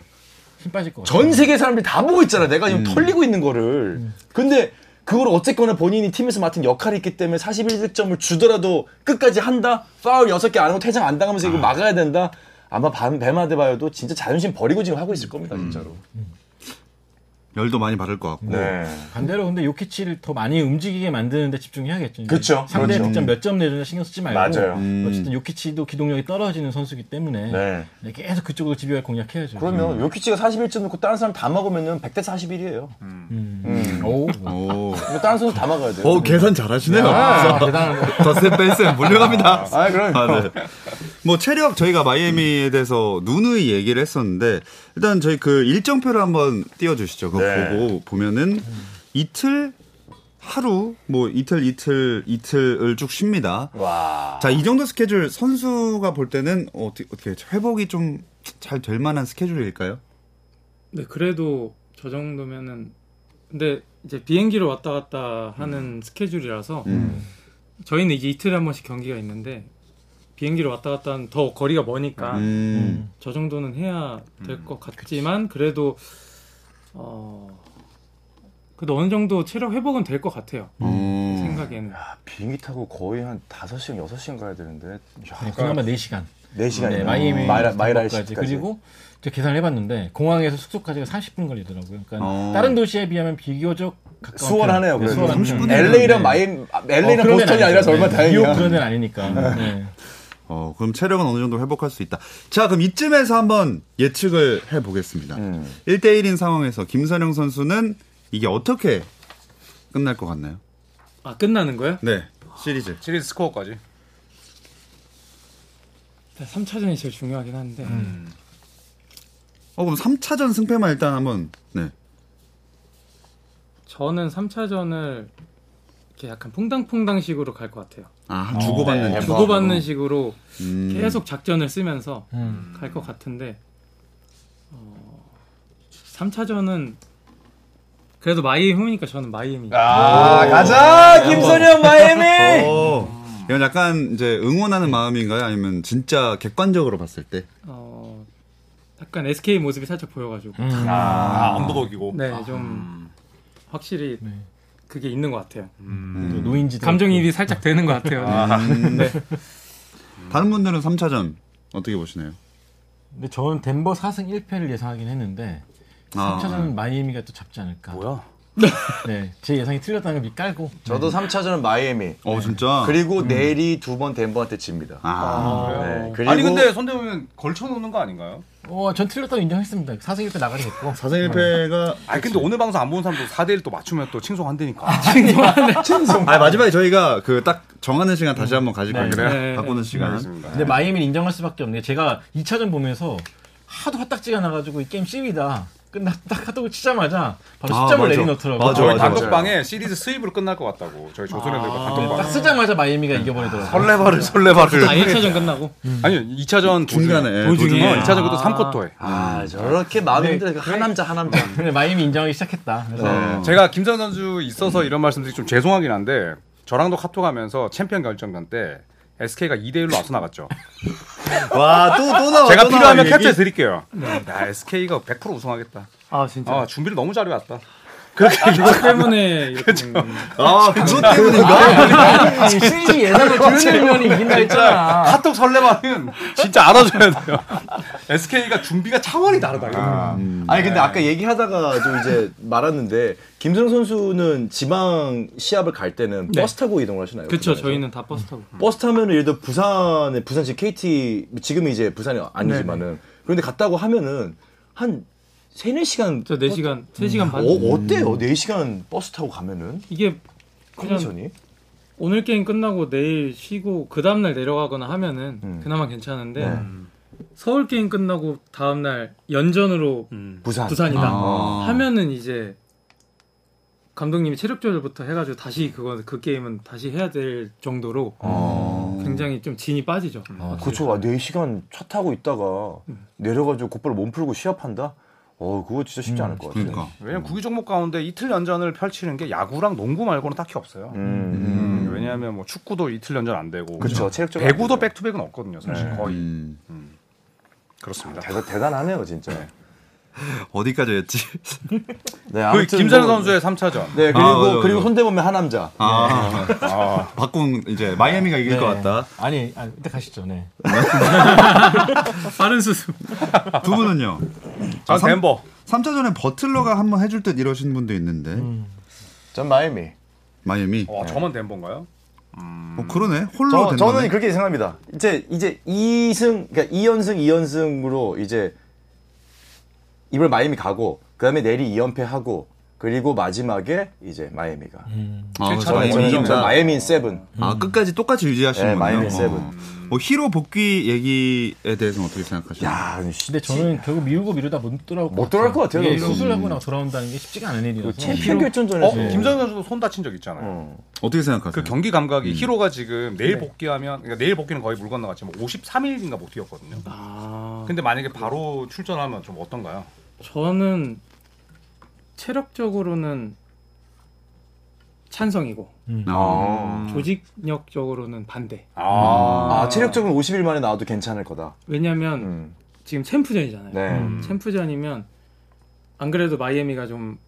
[SPEAKER 5] 힘 빠질 것 같아요.
[SPEAKER 3] 전 세계 사람들이 다 보고 있잖아. 내가 지금 털리고 있는 거를. 근데 그걸 어쨌거나 본인이 팀에서 맡은 역할이 있기 때문에 41득점을 주더라도 끝까지 한다? 파울 6개 안 하고 퇴장 안 당하면서 이거 막아야 된다? 아마 밤, 베마데바요도 진짜 자존심 버리고 지금 하고 있을 겁니다, 진짜로.
[SPEAKER 1] 열도 많이 받을 것 같고.
[SPEAKER 5] 반대로 근데 요키치를 더 많이 움직이게 만드는데 집중해야겠죠.
[SPEAKER 3] 그쵸,
[SPEAKER 5] 상대
[SPEAKER 3] 그렇죠.
[SPEAKER 5] 득점 몇 점 내주냐 신경 쓰지 말고. 음.
[SPEAKER 3] 맞아요. 음.
[SPEAKER 5] 어쨌든 요키치도 기동력이 떨어지는 선수기 때문에
[SPEAKER 3] 네.
[SPEAKER 5] 네, 계속 그쪽으로 집요하게 공략해야죠.
[SPEAKER 3] 그러면 요키치가 41점 넣고 다른 사람 다 막으면은 100대 41이에요.
[SPEAKER 5] 음. 오,
[SPEAKER 1] 오.
[SPEAKER 3] 다른 선수 다 막아야 돼요.
[SPEAKER 1] 오, 계산 잘하시네요.
[SPEAKER 5] 대단한.
[SPEAKER 1] 더스 벤슨 몰려갑니다.
[SPEAKER 3] 아, 그럼요.
[SPEAKER 1] 아, 네. 뭐 체력 저희가 마이애미에 대해서 누누이 얘기를 했었는데 일단 저희 그 일정표를 한번 띄워주시죠. 그거
[SPEAKER 3] 네.
[SPEAKER 1] 보고 보면은 이틀 하루 뭐 이틀 이틀 이틀을 쭉 쉽니다.
[SPEAKER 3] 와.
[SPEAKER 1] 자 이 정도 스케줄 선수가 볼 때는 어떻게, 어떻게 회복이 좀 잘 될 만한 스케줄일까요?
[SPEAKER 4] 네, 그래도 저 정도면은 근데 이제 비행기로 왔다 갔다 하는 스케줄이라서 저희는 이제 이틀에 한 번씩 경기가 있는데 비행기로 왔다 갔다 하면 더 거리가 머니까
[SPEAKER 1] 음.
[SPEAKER 4] 저 정도는 해야 될 것 같지만 그래도 어 그래도 어느 정도 체력 회복은 될 것 같아요
[SPEAKER 1] 음.
[SPEAKER 4] 생각에는
[SPEAKER 3] 야, 비행기 타고 거의 한 5시간, 6시간 가야 되는데.
[SPEAKER 5] 네,
[SPEAKER 3] 야,
[SPEAKER 5] 그나마 4시간.
[SPEAKER 3] 4시간이요.
[SPEAKER 5] 네, 마이애미
[SPEAKER 3] 마이라이까지
[SPEAKER 5] 스타벅까지. 그리고 제가 계산을 해봤는데 공항에서 숙소까지가 30분 걸리더라고요. 그러니까
[SPEAKER 1] 어.
[SPEAKER 5] 다른 도시에 비하면 비교적 가까운
[SPEAKER 3] 그러니까 수월하네요,
[SPEAKER 5] 편.
[SPEAKER 3] 그래도.
[SPEAKER 5] 수월한
[SPEAKER 1] 30 분이면
[SPEAKER 5] 편.
[SPEAKER 3] LA랑
[SPEAKER 5] 네.
[SPEAKER 3] 마이 LA랑
[SPEAKER 5] 어, 그런
[SPEAKER 3] 보스턴이
[SPEAKER 5] 데는
[SPEAKER 3] 아니라서
[SPEAKER 5] 아니죠.
[SPEAKER 3] 얼마
[SPEAKER 5] 네.
[SPEAKER 3] 나 다행이야. 음.
[SPEAKER 5] 뉴욕 그런 데는 아니니까. 네.
[SPEAKER 1] 어, 그럼 체력은 어느 정도 회복할 수 있다. 자, 그럼 이쯤에서 한번 예측을 해보겠습니다.
[SPEAKER 3] 음.
[SPEAKER 1] 1대1인 상황에서 김선영 선수는 이게 어떻게 끝날 것 같나요?
[SPEAKER 4] 아 끝나는 거예요?
[SPEAKER 1] 네, 시리즈.
[SPEAKER 2] 시리즈 스코어까지.
[SPEAKER 4] 일단 3차전이 제일 중요하긴 한데
[SPEAKER 1] 어, 그럼 3차전 승패만 일단 한번, 네.
[SPEAKER 4] 저는 3차전을 이렇게 약간 퐁당퐁당식으로 갈 것 같아요
[SPEAKER 1] 아, 주고받는.
[SPEAKER 3] 네,
[SPEAKER 1] 주-
[SPEAKER 4] 주고받는 식으로
[SPEAKER 1] 음.
[SPEAKER 4] 계속 작전을 쓰면서
[SPEAKER 5] 음.
[SPEAKER 4] 갈 것 같은데 어, 3차전은 그래도 마이애미니까 저는 마이애미.
[SPEAKER 3] 아, 가자! 김선영 마이애미!
[SPEAKER 1] 어, 이건 약간 이제 응원하는 마음인가요? 아니면 진짜 객관적으로 봤을 때?
[SPEAKER 4] 어, 약간 SK 모습이 살짝 보여가지고
[SPEAKER 5] 음.
[SPEAKER 2] 아, 음. 언더독이고.
[SPEAKER 4] 네 좀 확실히
[SPEAKER 5] 네.
[SPEAKER 4] 그게 있는 것 같아요.
[SPEAKER 5] 음. 또 노인지
[SPEAKER 4] 감정이입이 살짝 되는 것 같아요.
[SPEAKER 1] 음.
[SPEAKER 4] 네.
[SPEAKER 1] 다른 분들은 3차전 어떻게 보시나요?
[SPEAKER 5] 근데 저는 덴버 4승 1패를 예상하긴 했는데
[SPEAKER 1] 아,
[SPEAKER 5] 3차전은 마이애미가 또 잡지 않을까.
[SPEAKER 2] 뭐야?
[SPEAKER 5] 네, 제 예상이 틀렸다는 걸 깔고. 네.
[SPEAKER 3] 저도 3차전은 마이애미.
[SPEAKER 1] 어, 진짜?
[SPEAKER 3] 그리고 내일이 두 번 덴버한테 집니다.
[SPEAKER 1] 아.
[SPEAKER 3] 네, 그리고
[SPEAKER 2] 아니 근데 선대면 걸쳐놓는 거 아닌가요?
[SPEAKER 5] 어, 전 틀렸다고 인정했습니다. 4승 1패 나가게 됐고.
[SPEAKER 1] 4승 1패가
[SPEAKER 2] 아니 근데 오늘 방송 안 본 사람도 4대1 또 맞추면 또 칭송한다니까.
[SPEAKER 1] 아 마지막에 저희가 그 딱 정하는 시간
[SPEAKER 2] 음.
[SPEAKER 1] 다시 한번 가지고
[SPEAKER 2] 그래요?
[SPEAKER 1] 네. 바꾸는 시간.
[SPEAKER 2] 알겠습니다.
[SPEAKER 5] 근데 마이애미는 인정할 수밖에 없는 게 제가 2차전 보면서 하도 화딱지가 나가지고 이 게임 씹이다. 끝났다 카톡을 치자마자 바로
[SPEAKER 1] 아,
[SPEAKER 5] 10점을
[SPEAKER 1] 맞아.
[SPEAKER 5] 내리놓더라고요.
[SPEAKER 1] 맞아,
[SPEAKER 2] 저희
[SPEAKER 1] 맞아.
[SPEAKER 2] 단독방에 시리즈 스윕으로 끝날 것 같다고. 저희 조선애들과
[SPEAKER 5] 딱
[SPEAKER 2] 단독방.
[SPEAKER 5] 쓰자마자 마이애미가 이겨버리더라고요.
[SPEAKER 2] 설레발을 설레발을.
[SPEAKER 4] 아 1차전 끝나고
[SPEAKER 2] 아니 2차전
[SPEAKER 1] 중간에,
[SPEAKER 2] 도중에
[SPEAKER 1] 도중에.
[SPEAKER 2] 2차전 그것도
[SPEAKER 4] 아.
[SPEAKER 2] 3쿼터에. 예.
[SPEAKER 3] 아, 저렇게 마음이 힘들어. 한 남자, 한 남자.
[SPEAKER 5] 근데 마이애미 인정하기 시작했다. 그래서
[SPEAKER 2] 제가 김선 선수 있어서 이런 말씀드리기 좀 죄송하긴 한데 저랑도 카톡하면서 챔피언 결정전 때 SK가 2대 1로 앞서 나갔죠.
[SPEAKER 1] 와, 아, 또, 또 나와.
[SPEAKER 2] 제가
[SPEAKER 1] 또 나와,
[SPEAKER 2] 필요하면
[SPEAKER 1] 이
[SPEAKER 2] 캡처해 드릴게요. 야 SK가 100% 우승하겠다.
[SPEAKER 4] 아 진짜
[SPEAKER 2] 아 준비를 너무 잘해왔다.
[SPEAKER 4] 그것 때문에 이렇게 된 겁니다.
[SPEAKER 1] 아, 그것 때문인가?
[SPEAKER 5] 실리 예상을 들으면 이긴다 했잖아.
[SPEAKER 2] 카톡 설레발은 진짜 알아줘야 돼요. SK가 준비가 차원이 음. 다르다. 이거. 네.
[SPEAKER 3] 아니 근데 아까 얘기하다가 좀 이제 말았는데 김승 선수는 지방 시합을 갈 때는
[SPEAKER 4] 네.
[SPEAKER 3] 버스 타고 이동을 하시나요?
[SPEAKER 4] 그렇죠.
[SPEAKER 3] 그러면서?
[SPEAKER 4] 저희는 다 버스 타고.
[SPEAKER 3] 버스 타면은 예를 들어 부산에 부산 지금 KT 지금 이제 부산이
[SPEAKER 4] 네,
[SPEAKER 3] 아니지만은 그런데 갔다고 하면은 한 세네 시간
[SPEAKER 4] 저 4시간, 3시간
[SPEAKER 3] 어,
[SPEAKER 4] 반.
[SPEAKER 3] 어때요? 네 시간 버스 타고 가면은
[SPEAKER 4] 이게 그냥
[SPEAKER 3] 컨디션이
[SPEAKER 4] 오늘 게임 끝나고 내일 쉬고 그 다음 날 내려가거나 하면은
[SPEAKER 3] 음.
[SPEAKER 4] 그나마 괜찮은데
[SPEAKER 3] 네.
[SPEAKER 4] 서울 게임 끝나고 다음 날 연전으로
[SPEAKER 3] 부산
[SPEAKER 4] 부산이다
[SPEAKER 1] 아.
[SPEAKER 4] 하면은 이제 감독님이 체력 조절부터 해가지고 다시 그거 그 게임은 다시 해야 될 정도로
[SPEAKER 3] 어.
[SPEAKER 4] 굉장히 좀 진이 빠지죠.
[SPEAKER 3] 아. 그쵸 아, 4시간 차 타고 있다가
[SPEAKER 4] 음.
[SPEAKER 3] 내려가지고 곧바로 몸 풀고 시합한다? 어 그거 진짜
[SPEAKER 4] 음.
[SPEAKER 3] 쉽지 않을 것 같아요
[SPEAKER 1] 그러니까.
[SPEAKER 2] 왜냐면 구기 종목 가운데 이틀 연전을 펼치는 게 야구랑 농구 말고는 딱히 없어요.
[SPEAKER 3] 음,
[SPEAKER 2] 음, 왜냐하면 뭐 축구도 이틀 연전 안 되고
[SPEAKER 3] 그쵸 체력적으로
[SPEAKER 2] 배구도 백투백은 없거든요. 사실 거의
[SPEAKER 1] 음.
[SPEAKER 2] 그렇습니다.
[SPEAKER 3] 대단, 대단하네요 진짜
[SPEAKER 1] 어디까지였지?
[SPEAKER 2] 예.
[SPEAKER 3] 네,
[SPEAKER 2] 그
[SPEAKER 3] 아무튼
[SPEAKER 2] 김선우
[SPEAKER 3] 뭐-
[SPEAKER 2] 선수의 3차전.
[SPEAKER 3] 네 그리고
[SPEAKER 1] 아, 맞아,
[SPEAKER 3] 그리고
[SPEAKER 1] 맞아.
[SPEAKER 3] 손대보면 하남자
[SPEAKER 1] 아,
[SPEAKER 2] 아,
[SPEAKER 1] 바꾼 이제 마이애미가 이길
[SPEAKER 5] 네.
[SPEAKER 1] 것 같다.
[SPEAKER 5] 아니, 아니, 일단 가시죠. 네.
[SPEAKER 4] 빠른 수습.
[SPEAKER 1] 두 분은요?
[SPEAKER 2] 전
[SPEAKER 1] 아, 삼-
[SPEAKER 2] 아, 덴버.
[SPEAKER 1] 3차전에 버틀러가 한번 해줄 듯 이러신 분도 있는데
[SPEAKER 2] 음.
[SPEAKER 3] 전 마이미
[SPEAKER 1] 마이애미.
[SPEAKER 2] 와, 저만 덴버인가요?
[SPEAKER 1] 어, 그러네. 홀로
[SPEAKER 3] 저,
[SPEAKER 1] 된
[SPEAKER 3] 저는
[SPEAKER 1] 거네.
[SPEAKER 3] 그렇게 생각합니다. 이제 이제 2승 그러니까 2연승 2연승으로 이제 이번 마이미 가고 그다음에 내리 2연패 하고 그리고 마지막에 이제 마이애미가 네,
[SPEAKER 1] 아,
[SPEAKER 2] 칠 차로
[SPEAKER 1] 저는
[SPEAKER 3] 저는,
[SPEAKER 2] 마이애미.
[SPEAKER 3] 저는, 저는 마이애미인 세븐
[SPEAKER 1] 아 끝까지 똑같이
[SPEAKER 3] 네,
[SPEAKER 1] 유지하시는 거예요.
[SPEAKER 3] 마이애미 세븐.
[SPEAKER 1] 뭐 히로 복귀 얘기에 대해서는 어떻게 생각하시나요?
[SPEAKER 3] 야
[SPEAKER 5] 근데 저는 결국 미루고 미루다 못 돌아올 것
[SPEAKER 3] 못 돌아올
[SPEAKER 5] 같아요.
[SPEAKER 3] 것 같아요,
[SPEAKER 5] 이게
[SPEAKER 3] 저도.
[SPEAKER 5] 수술하고 나서 돌아온다는 게 쉽지가 않은 음. 일이어서.
[SPEAKER 3] 챔피언 결정전에서 음.
[SPEAKER 2] 어, 김선우 선수도 손 다친 적 있잖아요.
[SPEAKER 1] 어떻게 네.
[SPEAKER 2] 그
[SPEAKER 1] 생각하세요?
[SPEAKER 2] 경기 감각이 히로가 지금 내일 복귀하면 그러니까 내일 복귀는 거의 물 건너갔지만 뭐 53일인가 못 뛰었거든요.
[SPEAKER 4] 아.
[SPEAKER 2] 근데 만약에 바로 출전하면 좀 어떤가요?
[SPEAKER 4] 저는 체력적으로는 찬성이고
[SPEAKER 3] 음.
[SPEAKER 1] 아.
[SPEAKER 4] 조직력적으로는 반대.
[SPEAKER 2] 음. 아,
[SPEAKER 3] 아 체력적으로 50일 만에 나와도 괜찮을 거다.
[SPEAKER 4] 왜냐면
[SPEAKER 3] 음.
[SPEAKER 4] 지금 챔프전이잖아요.
[SPEAKER 3] 네.
[SPEAKER 5] 음.
[SPEAKER 4] 챔프전이면 안 그래도 마이애미가 좀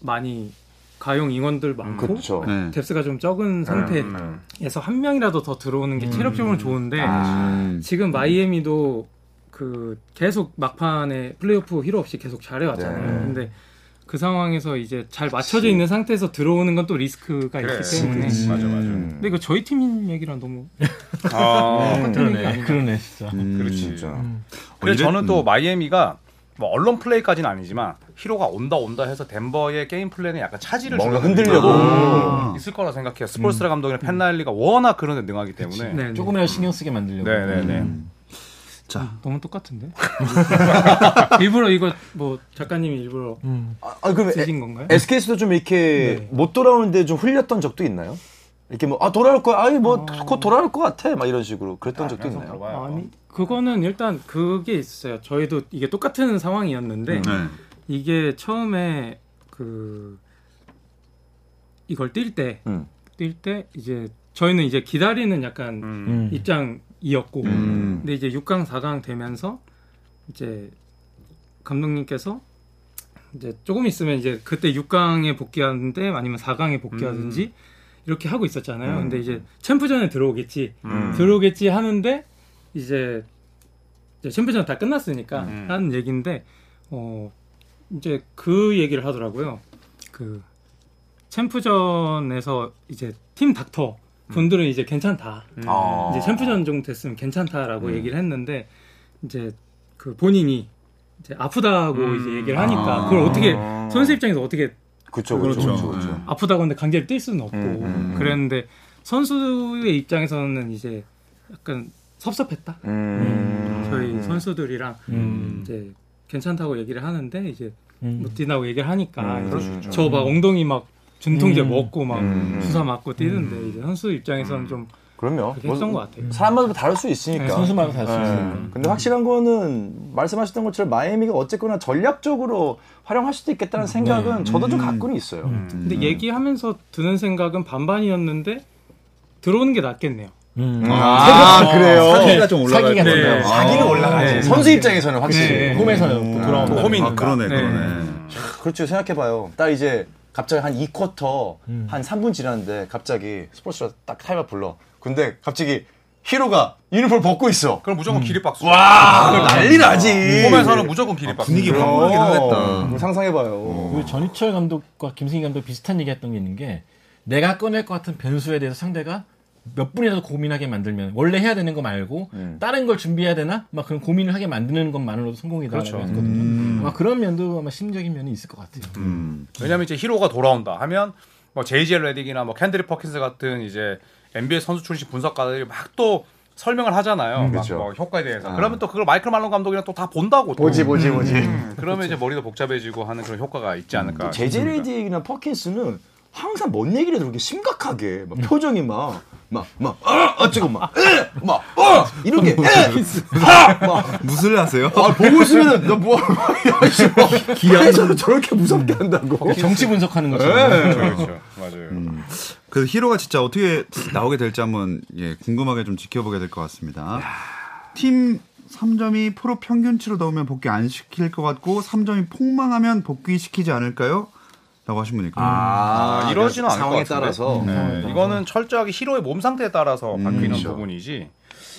[SPEAKER 4] 많이 가용 인원들 많고
[SPEAKER 3] 그쵸.
[SPEAKER 1] 네.
[SPEAKER 4] 뎁스가 좀 적은
[SPEAKER 2] 네.
[SPEAKER 4] 상태에서 한 명이라도 더 들어오는 게 체력적으로 좋은데
[SPEAKER 3] 아.
[SPEAKER 1] 음.
[SPEAKER 4] 지금 마이애미도 그 계속 막판에 플레이오프 히로 없이 계속 잘해왔잖아요.
[SPEAKER 3] 네.
[SPEAKER 4] 근데 그 상황에서 이제 잘 맞춰져 있는 상태에서 들어오는 건 또 리스크가
[SPEAKER 2] 그래.
[SPEAKER 4] 있기 때문에.
[SPEAKER 2] 그치. 네. 맞아, 맞아.
[SPEAKER 3] 음.
[SPEAKER 4] 근데 이거 저희 팀 얘기랑 너무
[SPEAKER 2] 아,
[SPEAKER 4] 얘기
[SPEAKER 5] 그러네,
[SPEAKER 4] 아닌가?
[SPEAKER 5] 그러네, 진짜.
[SPEAKER 1] 음.
[SPEAKER 2] 그렇지.
[SPEAKER 1] 이랬-
[SPEAKER 2] 그래서 저는 또
[SPEAKER 1] 음.
[SPEAKER 2] 마이애미가 뭐 언론 플레이까지는 아니지만 히로가 온다 온다 해서 덴버의 게임 플랜에 약간 차질을
[SPEAKER 3] 뭔가
[SPEAKER 2] 주는
[SPEAKER 3] 흔들려고.
[SPEAKER 2] 경우도 있을 거라 생각해요. 스폴스라 감독이나 펜라일리가 워낙 그런 데 능하기 때문에.
[SPEAKER 4] 네, 네.
[SPEAKER 5] 조금이라도 신경 쓰게 만들려고.
[SPEAKER 2] 네네네.
[SPEAKER 1] 자,
[SPEAKER 4] 너무 똑같은데? 일부러 이거 뭐 작가님이 일부러
[SPEAKER 5] 음.
[SPEAKER 3] 아, 아, 그럼 에,
[SPEAKER 4] 쓰신 건가요?
[SPEAKER 3] SK에서도 좀 이렇게 못 돌아오는데 좀 흘렸던 적도 있나요? 이렇게 뭐 아 돌아올 거야, 아이 뭐 곧 돌아올 것 같아, 막 이런 식으로 그랬던 적도
[SPEAKER 2] 계속
[SPEAKER 3] 있나요?
[SPEAKER 2] 들어봐요.
[SPEAKER 4] 아니 그거는 일단 그게 있어요. 저희도 이게 똑같은 상황이었는데
[SPEAKER 1] 네.
[SPEAKER 4] 이게 처음에 그 이걸 뛸 때 뛸 때
[SPEAKER 3] 음.
[SPEAKER 4] 이제 저희는 이제 기다리는 약간
[SPEAKER 2] 음.
[SPEAKER 5] 음.
[SPEAKER 4] 입장이었고
[SPEAKER 1] 음.
[SPEAKER 4] 근데 이제 6강 4강 되면서 이제 감독님께서 이제 조금 있으면 이제 그때 6강에 복귀하는데 아니면 4강에 복귀하든지
[SPEAKER 2] 음.
[SPEAKER 4] 이렇게 하고 있었잖아요.
[SPEAKER 3] 음.
[SPEAKER 4] 근데 이제 챔프전에 들어오겠지
[SPEAKER 2] 음.
[SPEAKER 4] 들어오겠지 하는데 이제 이제 챔피언 다 끝났으니까
[SPEAKER 2] 음.
[SPEAKER 4] 하는 얘기인데 어 이제 그 얘기를 하더라고요. 그 챔프전에서 이제 팀 닥터
[SPEAKER 2] 음.
[SPEAKER 4] 분들은 이제 괜찮다.
[SPEAKER 3] 아. 네.
[SPEAKER 4] 이제 챔프전 정도 됐으면 괜찮다라고 얘기를 했는데 이제 그 본인이 이제 아프다고
[SPEAKER 2] 음.
[SPEAKER 4] 이제 얘기를 하니까
[SPEAKER 1] 아.
[SPEAKER 4] 그걸 어떻게 선수 입장에서 어떻게
[SPEAKER 3] 그쵸, 그쵸,
[SPEAKER 4] 그렇죠.
[SPEAKER 3] 그쵸,
[SPEAKER 1] 네.
[SPEAKER 3] 그쵸.
[SPEAKER 4] 아프다고 근데 강제로 뛸 수는 없고
[SPEAKER 3] 음, 음, 음.
[SPEAKER 4] 그랬는데 선수의 입장에서는 이제 약간 섭섭했다.
[SPEAKER 3] 음.
[SPEAKER 4] 저희
[SPEAKER 3] 음.
[SPEAKER 4] 선수들이랑
[SPEAKER 5] 음.
[SPEAKER 4] 이제 괜찮다고 얘기를 하는데 이제
[SPEAKER 5] 음.
[SPEAKER 4] 못 뛰나고 얘기를 하니까
[SPEAKER 3] 음, 그럴 수 있죠.
[SPEAKER 4] 저 막 엉덩이 막 진통제
[SPEAKER 5] 음.
[SPEAKER 4] 먹고 막
[SPEAKER 3] 음.
[SPEAKER 4] 주사 맞고 뛰는데 이제 선수 입장에서는 좀
[SPEAKER 3] 그럼요.
[SPEAKER 4] 그렇게 했던
[SPEAKER 3] 뭐,
[SPEAKER 4] 것 같아요.
[SPEAKER 3] 사람마다 다를 수 있으니까.
[SPEAKER 5] 네, 선수마다 다를 수
[SPEAKER 3] 예.
[SPEAKER 5] 있으니까.
[SPEAKER 3] 근데 확실한 거는 말씀하셨던 것처럼 마이애미가 어쨌거나 전략적으로 활용할 수도 있겠다는 생각은 저도 좀 갖고는 있어요.
[SPEAKER 4] 근데
[SPEAKER 2] 음.
[SPEAKER 4] 얘기하면서 드는 생각은 반반이었는데 들어오는 게 낫겠네요.
[SPEAKER 5] 음.
[SPEAKER 3] 아, 그래요.
[SPEAKER 1] 사기가 좀 올라가.
[SPEAKER 5] 사기가
[SPEAKER 4] 네.
[SPEAKER 5] 네.
[SPEAKER 3] 자기는 올라가지.
[SPEAKER 4] 네.
[SPEAKER 3] 선수 입장에서는 확실히.
[SPEAKER 5] 음. 홈에서 돌아온다.
[SPEAKER 1] 아,
[SPEAKER 2] 홈이니까.
[SPEAKER 1] 그러네,
[SPEAKER 4] 네.
[SPEAKER 1] 그러네.
[SPEAKER 3] 그렇죠. 생각해봐요. 딱 이제 갑자기 한 2쿼터
[SPEAKER 2] 음.
[SPEAKER 3] 한 3분 지났는데 갑자기 스포츠가 딱 타이머 불러. 근데 갑자기 히로가 유니폼 벗고 있어.
[SPEAKER 2] 그럼 무조건 기립박수.
[SPEAKER 3] 와 예. 난리 나지.
[SPEAKER 2] 그렇죠. 아. 홈에서는 무조건 기립박수. 음.
[SPEAKER 1] 분위기 확 무너지긴 하겠다.
[SPEAKER 3] 음, 상상해봐요.
[SPEAKER 5] 그 전희철 감독과 김승희 감독 비슷한 얘기했던 게 있는 게 내가 꺼낼 것 같은 변수에 대해서 상대가 몇 분이라도 고민하게 만들면 원래 해야 되는 거 말고 다른 걸 준비해야 되나 막 그런 고민을 하게 만드는 것만으로도 성공이다라고 했거든요. 아마 그런 면도 아마 심리적인 면이 있을 것 같아요.
[SPEAKER 2] 왜냐면 이제 히로가 돌아온다 하면 뭐 제이지 레딕이나 뭐 캔드리 퍼킨스 같은 이제 NBA 선수 출신 분석가들이 막 또 설명을 하잖아요. 막
[SPEAKER 3] 그쵸.
[SPEAKER 2] 뭐 효과에 대해서. 그러면 또 그걸 마이클 말론 감독이랑 또 다 본다고. 또.
[SPEAKER 3] 보지 보지 보지.
[SPEAKER 2] 그러면 이제 머리도 복잡해지고 하는 그런 효과가 있지 않을까.
[SPEAKER 3] 제제
[SPEAKER 2] 싶습니다. 네,
[SPEAKER 3] 레이딕이나 퍼킨스는 항상 뭔 얘기를 해도 그렇게 심각하게 막 표정이 막 막막 어, 어쩌고 막막어 이런 게 막.
[SPEAKER 1] 무술 하세요?
[SPEAKER 3] 아, 보고 있으면은, 나 뭐, 야, 씨, 뭐, 기아에서도 저렇게 무섭게 한다고.
[SPEAKER 5] 정치 분석하는 거죠.
[SPEAKER 2] 그렇죠, 그렇죠. 맞아요.
[SPEAKER 3] 음.
[SPEAKER 1] 그 히로가 진짜 어떻게 나오게 될지 한번 예, 궁금하게 좀 지켜보게 될 것 같습니다. 팀 3점이 프로 평균치로 넣으면 복귀 안 시킬 것 같고 3점이 폭망하면 복귀시키지 않을까요? 라고 하신 분이 있거든요.
[SPEAKER 3] 아,
[SPEAKER 2] 이러지는 않을
[SPEAKER 3] 상황에
[SPEAKER 2] 것 같은데.
[SPEAKER 3] 따라서
[SPEAKER 2] 네, 이거는 철저하게 히로의 몸 상태에 따라서 바뀌는
[SPEAKER 3] 음. 그렇죠. 음.
[SPEAKER 2] 부분이지.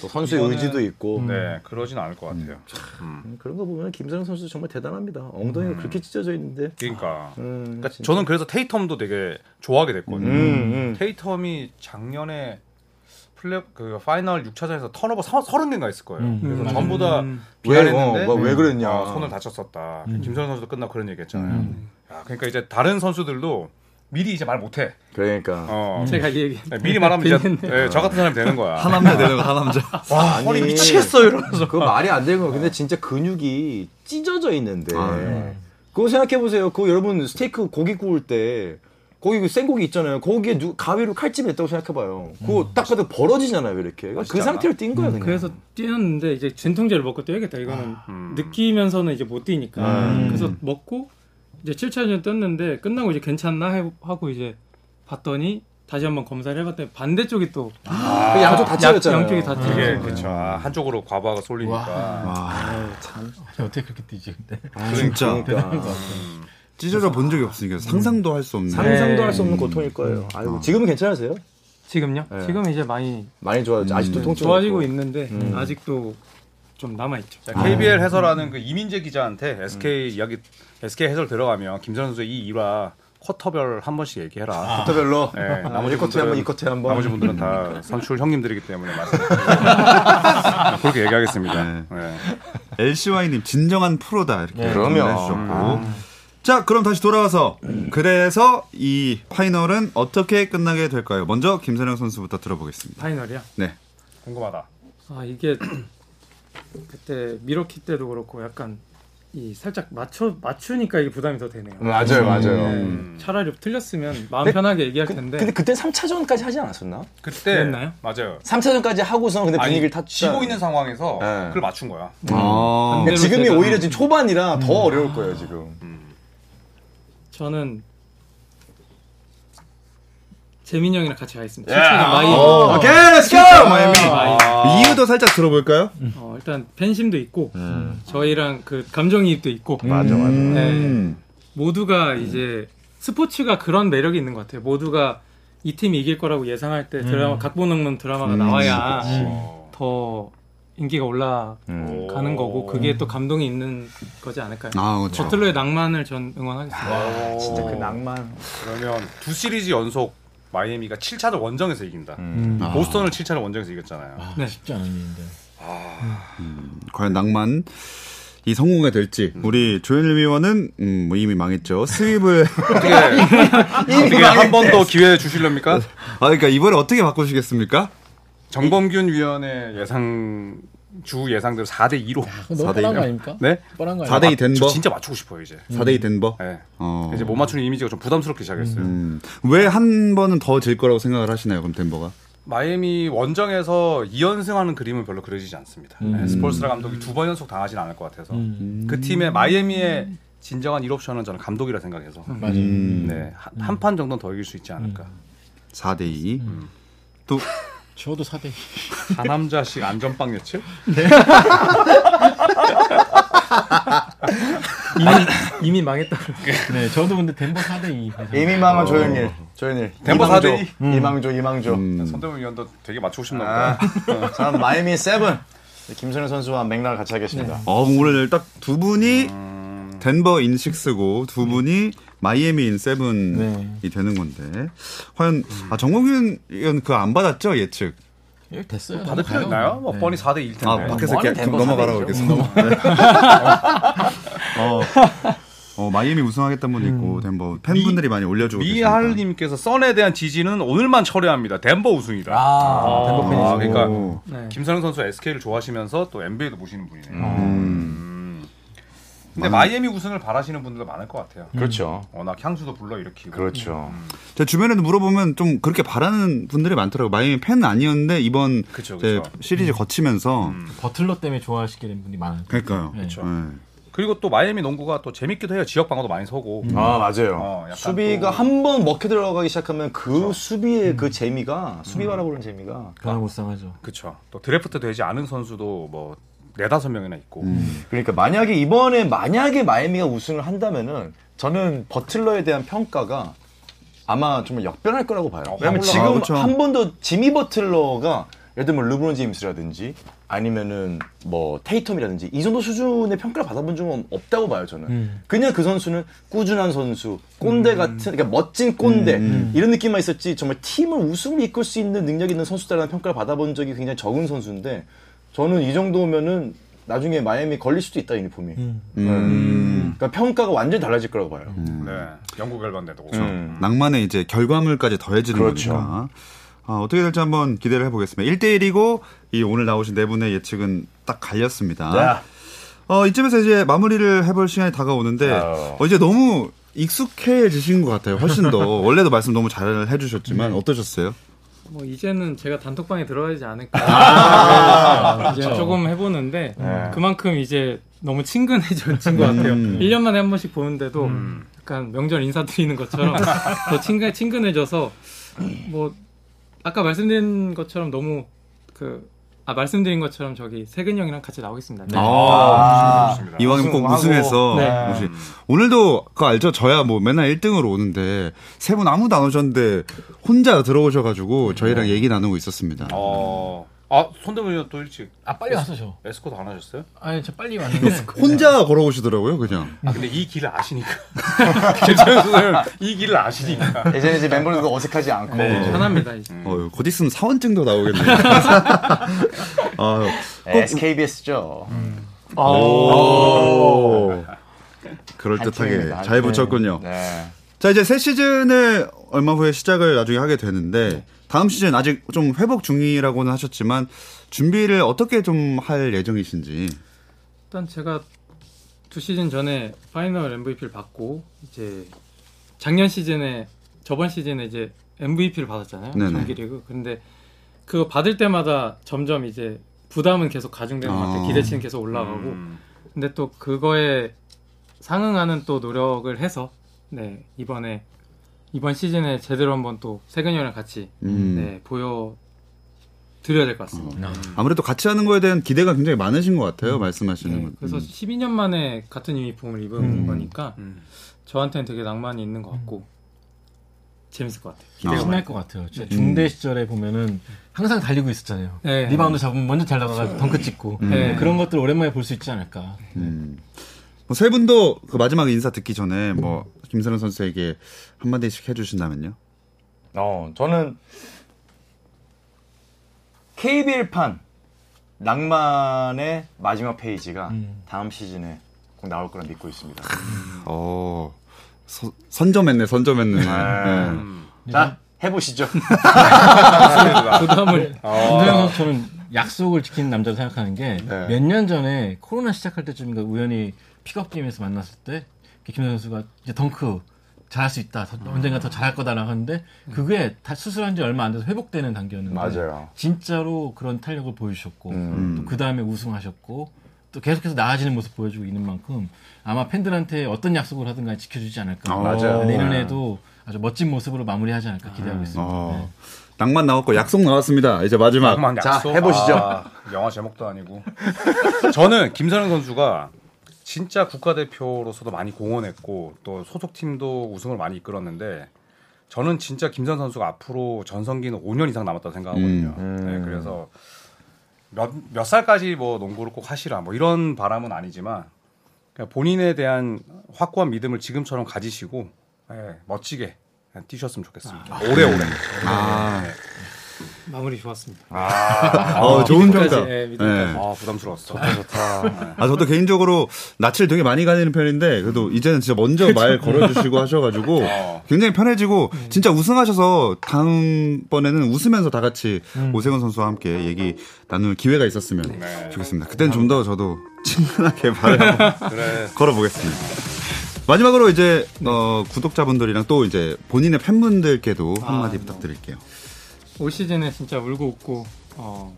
[SPEAKER 3] 또 선수의
[SPEAKER 2] 이거는-
[SPEAKER 3] 의지도 있고.
[SPEAKER 2] 네, 그러진 않을 것 같아요.
[SPEAKER 3] 음, 그런 거 보면 김선영 선수 정말 대단합니다. 엉덩이가 그렇게 찢어져 있는데.
[SPEAKER 2] 그러니까.
[SPEAKER 3] 음,
[SPEAKER 2] 그러니까
[SPEAKER 3] 진짜.
[SPEAKER 2] 저는 그래서 테이텀도 되게 좋아하게 됐거든요.
[SPEAKER 3] 음, 음.
[SPEAKER 2] 테이텀이 작년에 플레이 그 파이널 6차전에서 턴오버 30개인가 했을 거예요.
[SPEAKER 5] 음.
[SPEAKER 2] 그래서
[SPEAKER 5] 음.
[SPEAKER 2] 전부 다
[SPEAKER 4] 음.
[SPEAKER 3] 왜,
[SPEAKER 2] 비난했는데
[SPEAKER 3] 어, 왜 그랬냐. 음.
[SPEAKER 2] 아, 손을 다쳤었다. 김선현 선수도 끝나 그런 얘기 했잖아요. 아, 그러니까 이제 다른 선수들도 미리 이제 말 못해.
[SPEAKER 3] 그러니까.
[SPEAKER 2] 어.
[SPEAKER 4] 제가 이 얘기
[SPEAKER 2] 네, 미리 말하면 이제 예, 저 같은 사람이 되는 거야.
[SPEAKER 1] 하남자 되는 거 하남자.
[SPEAKER 2] 와, 허리 미치겠어 이러면서. 아.
[SPEAKER 3] 그거 말이 안 되는 거. 근데 진짜 근육이 찢어져 있는데.
[SPEAKER 2] 네.
[SPEAKER 3] 그거 생각해 보세요. 그거 여러분 스테이크 고기 구울 때 고기 그 생고기 있잖아요. 거기에 누, 가위로 칼집이 있다고 생각해 봐요.
[SPEAKER 2] 음.
[SPEAKER 3] 그거 딱 봐도 벌어지잖아요, 이렇게. 그 상태로 뛴 거야, 그냥.
[SPEAKER 4] 그래서 뛰었는데 이제 진통제를 먹고 뛰어야겠다. 이거는
[SPEAKER 2] 아, 음.
[SPEAKER 4] 느끼면서는 이제 못 뛰니까.
[SPEAKER 2] 네.
[SPEAKER 3] 음.
[SPEAKER 4] 그래서 먹고 이제 7차전 뛰었는데 끝나고 이제 괜찮나 해- 하고 이제 봤더니 다시 한번 검사를 해봤더니 반대쪽이 또
[SPEAKER 3] 그 양쪽 다 찢어졌잖아요.
[SPEAKER 4] 양쪽이 네. 다
[SPEAKER 2] 이게
[SPEAKER 4] 찢어져.
[SPEAKER 2] 그쵸. 아, 한쪽으로 과부하가 쏠리니까.
[SPEAKER 5] 어떻게 그렇게 뛰지? 근데
[SPEAKER 1] 진짜
[SPEAKER 3] 그러니까.
[SPEAKER 1] 찢어져 본 적이 없으니까 상상도 할 수 없는.
[SPEAKER 3] 상상도 할 수 없는 고통일 거예요. 아이고, 지금은 괜찮으세요?
[SPEAKER 4] 지금요?
[SPEAKER 2] 네.
[SPEAKER 4] 지금 이제 많이
[SPEAKER 3] 많이 좋아졌죠. 아직도 통증
[SPEAKER 4] 좋아지고 있는데 아직도 좀 남아 있죠.
[SPEAKER 2] 음. 자, KBL 해설하는 그 이민재 기자한테 SK 이야기 SK 해설 들어가면 김선현 선수 이 일화 쿼터별 한 번씩 얘기해라.
[SPEAKER 3] 쿼터별로 아,
[SPEAKER 2] 네, 나머지
[SPEAKER 3] 나머지 쿼터에 한번 이 쿼터에 한번
[SPEAKER 2] 나머지 분들은 다 선출 형님들이기 때문에 말씀드립니다. 그렇게 얘기하겠습니다.
[SPEAKER 1] 네.
[SPEAKER 2] 네.
[SPEAKER 1] LCY님 진정한 프로다 이렇게
[SPEAKER 3] 네, 그럼요. 아.
[SPEAKER 1] 정리해 주셨고. 자 그럼 다시 돌아와서 그래서 이 파이널은 어떻게 끝나게 될까요? 먼저 김선영 선수부터 들어보겠습니다.
[SPEAKER 4] 파이널이야.
[SPEAKER 1] 네.
[SPEAKER 2] 궁금하다.
[SPEAKER 4] 아 이게 그때 미러키 때도 그렇고 약간 이 살짝 맞춰 맞추니까 이게 부담이 더 되네요.
[SPEAKER 3] 음, 맞아요, 맞아요.
[SPEAKER 4] 네, 차라리 틀렸으면 마음 편하게 얘기할 텐데
[SPEAKER 3] 근데 그때 3차전까지 하지 않았었나?
[SPEAKER 2] 그때
[SPEAKER 4] 그랬나요?
[SPEAKER 2] 맞아요.
[SPEAKER 3] 3차전까지 하고서 근데
[SPEAKER 2] 아니,
[SPEAKER 3] 분위기를 탔죠.
[SPEAKER 2] 지고 있는 상황에서
[SPEAKER 3] 네.
[SPEAKER 2] 그걸 맞춘 거야.
[SPEAKER 1] 아.
[SPEAKER 4] 반대로
[SPEAKER 3] 그러니까 지금이
[SPEAKER 4] 제가
[SPEAKER 2] 음.
[SPEAKER 3] 오히려 지금 초반이라 더 어려울 거예요, 지금. 그
[SPEAKER 4] 저는 재민 형이랑 같이 가겠습니다. 칠차전
[SPEAKER 3] 어.
[SPEAKER 4] 마이
[SPEAKER 2] 어.
[SPEAKER 1] 오케이, let's go, 마이미.
[SPEAKER 2] 아.
[SPEAKER 1] 어. 이유도 살짝 들어볼까요?
[SPEAKER 4] 어, 일단 팬심도 있고 저희랑 그 감정이입도 있고
[SPEAKER 3] 음. 맞아, 맞아.
[SPEAKER 1] 음.
[SPEAKER 4] 모두가 이제 스포츠가 그런 매력이 있는 것 같아요. 모두가 이 팀이 이길 거라고 예상할 때
[SPEAKER 3] 음.
[SPEAKER 4] 드라마 각본 없는 드라마가 나와야
[SPEAKER 2] 어.
[SPEAKER 4] 더 인기가 올라가는 거고 그게 또 감동이 있는 거지 않을까요?
[SPEAKER 1] 아, 그렇죠. 아.
[SPEAKER 4] 버틀러의 낭만을 전 응원하겠습니다.
[SPEAKER 2] 오. 그러면 두 시리즈 연속 마이애미가 7차전 원정에서 이긴다. 보스턴을 7차전 원정에서 이겼잖아요.
[SPEAKER 4] 네.
[SPEAKER 5] 쉽지 않은 일인데.
[SPEAKER 1] 과연 낭만 이 성공이 될지 우리 조현일 위원은 음, 뭐 이미 망했죠. 스윕을
[SPEAKER 2] 어떻게 어떻게 한 번 더 기회 주실렵니까?
[SPEAKER 1] 아 그러니까 이번에 어떻게 바꾸시겠습니까?
[SPEAKER 2] 정범균 위원의 예상 주 예상대로 4대 2로.
[SPEAKER 5] 그거 너무
[SPEAKER 1] 사대
[SPEAKER 5] 뻔한 거
[SPEAKER 1] 일.
[SPEAKER 5] 아닙니까?
[SPEAKER 2] 네?
[SPEAKER 5] 뻔한 거 아닙니까?
[SPEAKER 1] 4대2
[SPEAKER 2] 저
[SPEAKER 1] 덴버.
[SPEAKER 2] 진짜 맞추고 싶어요 이제.
[SPEAKER 1] 4대2 덴버.
[SPEAKER 2] 네.
[SPEAKER 1] 어.
[SPEAKER 2] 이제 못 맞추는 이미지가 좀 부담스럽기 시작했어요.
[SPEAKER 1] 왜 한 번은 더 질 거라고 생각을 하시나요, 그럼 덴버가?
[SPEAKER 2] 마이애미 원정에서 2연승하는 그림은 별로 그려지지 않습니다. 네, 스폴스라 감독이 두 번 연속 당하진 않을 것 같아서 그 팀의 마이애미의 진정한 1옵션은 저는 감독이라 생각해서
[SPEAKER 5] 맞아요.
[SPEAKER 2] 네, 한 판 정도는 더 이길 수 있지 않을까.
[SPEAKER 3] 음.
[SPEAKER 1] 4대2. 또
[SPEAKER 5] 저도 4대
[SPEAKER 2] 다남자식 안전빵 며칠?
[SPEAKER 4] 이미, 이미 망했다.
[SPEAKER 5] 네, 저도 근데 덴버 4대 2.
[SPEAKER 3] 이미 망한 조현일.
[SPEAKER 1] 네,
[SPEAKER 3] 조현일.
[SPEAKER 2] 덴버
[SPEAKER 3] 이망조.
[SPEAKER 2] 사대
[SPEAKER 3] 이망조, 이망조.
[SPEAKER 2] 선대문 위원도 되게 맞추고 싶나
[SPEAKER 3] 아,
[SPEAKER 2] 보다.
[SPEAKER 3] 자, 마이미 세븐. 김선현 선수와 맥락을 같이 하겠습니다.
[SPEAKER 2] 네.
[SPEAKER 1] 어, 오늘 딱 두 분이 덴버 인식스고 두 분이 마이애미 인세븐이
[SPEAKER 5] 네.
[SPEAKER 1] 되는 건데 과연 아 정국윤 의원 그거 안 받았죠 예측?
[SPEAKER 5] 됐어요.
[SPEAKER 2] 받을 필요 있나요? 뭐 뻔히 4대 1일 텐데.
[SPEAKER 1] 아 밖에서
[SPEAKER 3] 네. 뭐는
[SPEAKER 1] 이렇게
[SPEAKER 3] 덴버
[SPEAKER 1] 넘어가라고 이렇게
[SPEAKER 3] 사대죠.
[SPEAKER 1] 해서 어, 어, 마이애미 우승하겠다는 분도 있고 덴버 팬분들이 많이 올려주고 계십니다.
[SPEAKER 2] 미하을님께서 썬에 대한 지지는 오늘만 철회합니다. 덴버 우승이다.
[SPEAKER 5] 아, 덴버 팬이
[SPEAKER 1] 어,
[SPEAKER 2] 아, 그러니까
[SPEAKER 4] 네.
[SPEAKER 2] 김선영 선수 SK를 좋아하시면서 또 NBA도 보시는 분이네요.
[SPEAKER 1] 음.
[SPEAKER 2] 음. 근데 마이애미 우승을 바라시는 분들도 많을 것 같아요.
[SPEAKER 3] 그렇죠.
[SPEAKER 2] 워낙 향수도 불러 일으키고.
[SPEAKER 3] 그렇죠.
[SPEAKER 1] 제 주변에도 물어보면 좀 그렇게 바라는 분들이 많더라고요. 마이애미 팬은 아니었는데 이번
[SPEAKER 2] 그쵸,
[SPEAKER 1] 이제
[SPEAKER 2] 그쵸. 음.
[SPEAKER 1] 시리즈 거치면서
[SPEAKER 5] 버틀러 때문에 좋아하시게 된 분이 많아요.
[SPEAKER 1] 그러니까요.
[SPEAKER 5] 네.
[SPEAKER 1] 그렇죠.
[SPEAKER 2] 그리고 또 마이애미 농구가 또 재밌기도 해요. 지역 방어도 많이 서고.
[SPEAKER 3] 아, 맞아요.
[SPEAKER 2] 어, 약간
[SPEAKER 3] 수비가
[SPEAKER 2] 또- 그렇죠. 음.
[SPEAKER 3] 한 번 먹혀 들어가기 시작하면 그 수비의 그 재미가, 수비 바라보는 재미가.
[SPEAKER 5] 변화무쌍하죠.
[SPEAKER 2] 그렇죠. 또 드래프트 되지 않은 선수도 뭐 네다섯 명이나 있고.
[SPEAKER 3] 그러니까 만약에 이번에 만약에 마이애미가 우승을 한다면은 저는 버틀러에 대한 평가가 아마 정말 역변할 거라고 봐요.
[SPEAKER 2] 어,
[SPEAKER 1] 올라가-
[SPEAKER 3] 왜냐면
[SPEAKER 1] 아,
[SPEAKER 3] 지금
[SPEAKER 1] 그쵸.
[SPEAKER 3] 한 번 더 지미 버틀러가 예를 들면 르브론 제임스라든지 아니면은 뭐 테이텀이라든지 이 정도 수준의 평가를 받아본 적은 없다고 봐요 저는.
[SPEAKER 1] 음.
[SPEAKER 3] 그냥 그 선수는 꾸준한 선수, 꼰대 같은 그러니까 멋진
[SPEAKER 1] 음.
[SPEAKER 3] 꼰대 이런 느낌만 있었지 정말 팀을 우승을 이끌 수 있는 능력 있는 선수다라는 평가를 받아본 적이 굉장히 적은 선수인데 저는 이 정도면은 나중에 마이애미 걸릴 수도 있다 유니폼이.
[SPEAKER 1] 음.
[SPEAKER 3] 네. 그러니까 평가가 완전히 달라질 거라고 봐요.
[SPEAKER 2] 네. 영국 결반대도.
[SPEAKER 3] 음.
[SPEAKER 1] 낭만에 이제 결과물까지 더해지는
[SPEAKER 3] 그렇죠.
[SPEAKER 1] 거니까. 아, 어떻게 될지 한번 기대를 해보겠습니다. 1대1이고, 이 오늘 나오신 네 분의 예측은 딱 갈렸습니다.
[SPEAKER 3] 자,
[SPEAKER 1] 어, 이쯤에서 이제 마무리를 해볼 시간이 다가오는데,
[SPEAKER 3] 아유.
[SPEAKER 1] 어, 이제 너무 익숙해지신 것 같아요. 훨씬 더. 원래도 말씀 너무 잘 해주셨지만,
[SPEAKER 3] 네.
[SPEAKER 1] 어떠셨어요?
[SPEAKER 4] 뭐 이제는 제가 단톡방에 들어가지 않을까.
[SPEAKER 1] 아,
[SPEAKER 4] 네.
[SPEAKER 1] 그렇죠.
[SPEAKER 4] 이제 조금 해보는데 그만큼 이제 너무 친근해진 것 같아요.
[SPEAKER 1] 네. 음.
[SPEAKER 4] 1년 만에 한 번씩 보는데도 약간 명절 인사드리는 것처럼 더 친근 친근해져서 뭐 아까 말씀드린 것처럼 너무 그 아, 말씀드린 것처럼 저기 세근 형이랑 같이 나오겠습니다.
[SPEAKER 1] 네. 아,
[SPEAKER 2] 좋습니다.
[SPEAKER 1] 이왕이면 꼭
[SPEAKER 3] 우승하고.
[SPEAKER 1] 우승해서.
[SPEAKER 4] 네.
[SPEAKER 1] 혹시- 오늘도 그거 알죠? 저야 뭐 맨날 1등으로 오는데, 세 분 아무도 안 오셨는데, 혼자 들어오셔가지고
[SPEAKER 3] 네.
[SPEAKER 1] 저희랑 얘기 나누고 있었습니다.
[SPEAKER 2] 어. 아, 손대문 의원 또 일찍
[SPEAKER 5] 아, 빨리 왔어, 저.
[SPEAKER 2] 에스코도 안 하셨어요?
[SPEAKER 5] 아니, 저 빨리 왔는데.
[SPEAKER 1] 혼자 걸어오시더라고요, 그냥.
[SPEAKER 2] 아, 근데 이 길을 아시니까. 김선영 선수는 이 길을 아시니까.
[SPEAKER 3] 예전에 이제 멤버들도 어색하지 않고.
[SPEAKER 4] 편합니다. 이제.
[SPEAKER 1] 어, 곧 있으면 사원증도 나오겠네요. 아,
[SPEAKER 3] 예, SKBS죠.
[SPEAKER 1] 그럴 듯하게
[SPEAKER 3] 팀입니다, 한
[SPEAKER 1] 잘
[SPEAKER 3] 팀.
[SPEAKER 1] 붙였군요.
[SPEAKER 3] 네.
[SPEAKER 1] 자, 이제 새 시즌을 얼마 후에 시작을 나중에 하게 되는데 다음 시즌 아직 좀 회복 중이라고는 하셨지만 준비를 어떻게 좀 할 예정이신지.
[SPEAKER 4] 일단 제가 두 시즌 전에 파이널 MVP를 받고 이제 작년 시즌에 저번 시즌에 이제 MVP를 받았잖아요.
[SPEAKER 1] 네네.
[SPEAKER 4] 정기리그. 근데 그거 받을 때마다 점점 이제 부담은 계속 가중되는 것
[SPEAKER 1] 아.
[SPEAKER 4] 같아요. 기대치는 계속 올라가고.
[SPEAKER 2] 음.
[SPEAKER 4] 근데 또 그거에 상응하는 또 노력을 해서 네 이번에 이번 시즌에 제대로 한번 또 세근이랑 같이
[SPEAKER 1] 음. 어.
[SPEAKER 4] 네 보여 드려야 될 것 같습니다.
[SPEAKER 2] 음.
[SPEAKER 1] 아무래도 같이 하는 거에 대한 기대가 굉장히 많으신 것 같아요. 말씀하시는
[SPEAKER 4] 네,
[SPEAKER 1] 것.
[SPEAKER 4] 그래서
[SPEAKER 1] 음.
[SPEAKER 4] 12년 만에 같은 유니폼을 입은
[SPEAKER 1] 음.
[SPEAKER 4] 거니까
[SPEAKER 2] 음.
[SPEAKER 4] 저한테는 되게 낭만이 있는 것 같고 재밌을 것 같아요.
[SPEAKER 1] 아,
[SPEAKER 5] 신날 것 같아요. 진짜 중대 시절에 보면은 항상 달리고 있었잖아요.
[SPEAKER 4] 네.
[SPEAKER 5] 리바운드 잡으면 먼저 잘 나가서 덩크 찍고
[SPEAKER 4] 네.
[SPEAKER 5] 그런 것들 오랜만에 볼 수 있지 않을까.
[SPEAKER 1] 음. 뭐세 분도 그 마지막 인사 듣기 전에 뭐 김선영 선수에게 한 마디씩 해주신다면요.
[SPEAKER 3] 어, 저는 KBL판 낭만의 마지막 페이지가 다음 시즌에 꼭 나올 거라 믿고 있습니다.
[SPEAKER 1] 어 서- 선점했네 선점했네. 네.
[SPEAKER 3] 음. 자, 해보시죠.
[SPEAKER 2] 음.
[SPEAKER 4] 부담을
[SPEAKER 3] 아.
[SPEAKER 5] 김도영 선수 저는 약속을 지키는 남자로 생각하는 게 몇
[SPEAKER 3] 네.
[SPEAKER 5] 년 전에 코로나 시작할 때쯤인가 우연히 픽업 게임에서 만났을 때 김도영 선수가 이제 덩크 잘할 수 있다. 더- 언젠가 더 잘할 거다라고 하는데 그게 다 수술한 지 얼마 안 돼서 회복되는 단계였는데
[SPEAKER 3] 맞아요.
[SPEAKER 5] 진짜로 그런 탄력을 보여주셨고
[SPEAKER 3] 음.
[SPEAKER 5] 또 그 다음에 우승하셨고 또 계속해서 나아지는 모습 보여주고 있는 만큼 아마 팬들한테 어떤 약속을 하든 간에 지켜주지 않을까
[SPEAKER 1] 어,
[SPEAKER 3] 맞아요. 네. 음.
[SPEAKER 5] 내년에도 아주 멋진 모습으로 마무리하지 않을까 기대하고
[SPEAKER 3] 아,
[SPEAKER 5] 있습니다.
[SPEAKER 1] 어, 낭만 나왔고 약속 나왔습니다. 이제 마지막.
[SPEAKER 2] 낭만
[SPEAKER 3] 자,
[SPEAKER 2] 약속.
[SPEAKER 3] 해보시죠.
[SPEAKER 2] 아, 영화 제목도 아니고. 저는 김선영 선수가 진짜 국가대표로서도 많이 공헌했고 또 소속팀도 우승을 많이 이끌었는데 저는 진짜 김선 선수가 앞으로 전성기는 5년 이상 남았다고 생각하거든요.
[SPEAKER 1] 음,
[SPEAKER 2] 네, 그래서 몇, 몇 살까지 뭐 농구를 꼭 하시라 뭐 이런 바람은 아니지만 그냥 본인에 대한 확고한 믿음을 지금처럼 가지시고 예, 멋지게 그냥 뛰셨으면 좋겠습니다. 오래오래.
[SPEAKER 1] 아,
[SPEAKER 4] 마무리 좋았습니다.
[SPEAKER 1] 어, 좋은
[SPEAKER 4] 미드까지,
[SPEAKER 1] 평가.
[SPEAKER 4] 예, 미드까지.
[SPEAKER 1] 네.
[SPEAKER 2] 아 부담스러웠어.
[SPEAKER 1] 아, 저도 개인적으로 낯을 되게 많이 가리는 편인데, 그래도 이제는 진짜 먼저 말 걸어주시고 하셔가지고,
[SPEAKER 2] 어.
[SPEAKER 1] 굉장히 편해지고, 진짜 우승하셔서 다음번에는 웃으면서 다 같이 오세훈 선수와 함께 얘기 나눌 기회가 있었으면 좋겠습니다. 그땐 좀 더 저도 친근하게 말을 한번
[SPEAKER 2] 그래.
[SPEAKER 1] 걸어보겠습니다. 마지막으로 이제, 어, 구독자분들이랑 또 이제 본인의 팬분들께도 한마디 부탁드릴게요.
[SPEAKER 4] 올 시즌에 진짜 울고 웃고 어,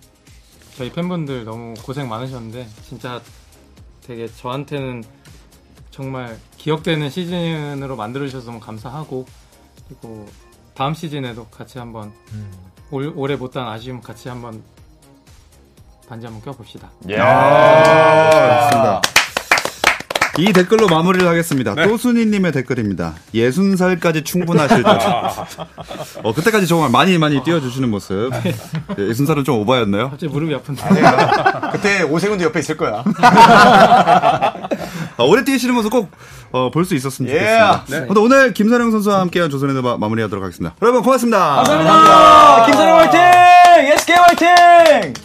[SPEAKER 4] 저희 팬분들 너무 고생 많으셨는데 진짜 되게 저한테는 정말 기억되는 시즌으로 만들어주셔서 너무 감사하고 그리고 다음 시즌에도 같이 한번
[SPEAKER 1] 음.
[SPEAKER 4] 올, 올해 못한 아쉬움 같이 한번 반지 한번 껴봅시다.
[SPEAKER 1] 음. 좋습니다. 네. 이 댓글로 마무리를 하겠습니다. 또순이님의 댓글입니다. 예순 살까지 충분하실 듯. 어 그때까지 정말 많이 많이 뛰어주시는 모습. 예순 살은 좀 오바였나요?
[SPEAKER 4] 갑자기 무릎이 아픈데.
[SPEAKER 1] 네.
[SPEAKER 6] 그때 오세훈도 옆에 있을 거야.
[SPEAKER 1] 아, 오래 뛰시는 모습 꼭 어, 볼 수 있었으면
[SPEAKER 6] 예.
[SPEAKER 1] 좋겠습니다. 아무튼 오늘 김선영 선수와 함께한 조선의 대박 마무리하도록 하겠습니다. 여러분 고맙습니다.
[SPEAKER 3] 감사합니다. 김선영 화이팅! 예스케 화이팅!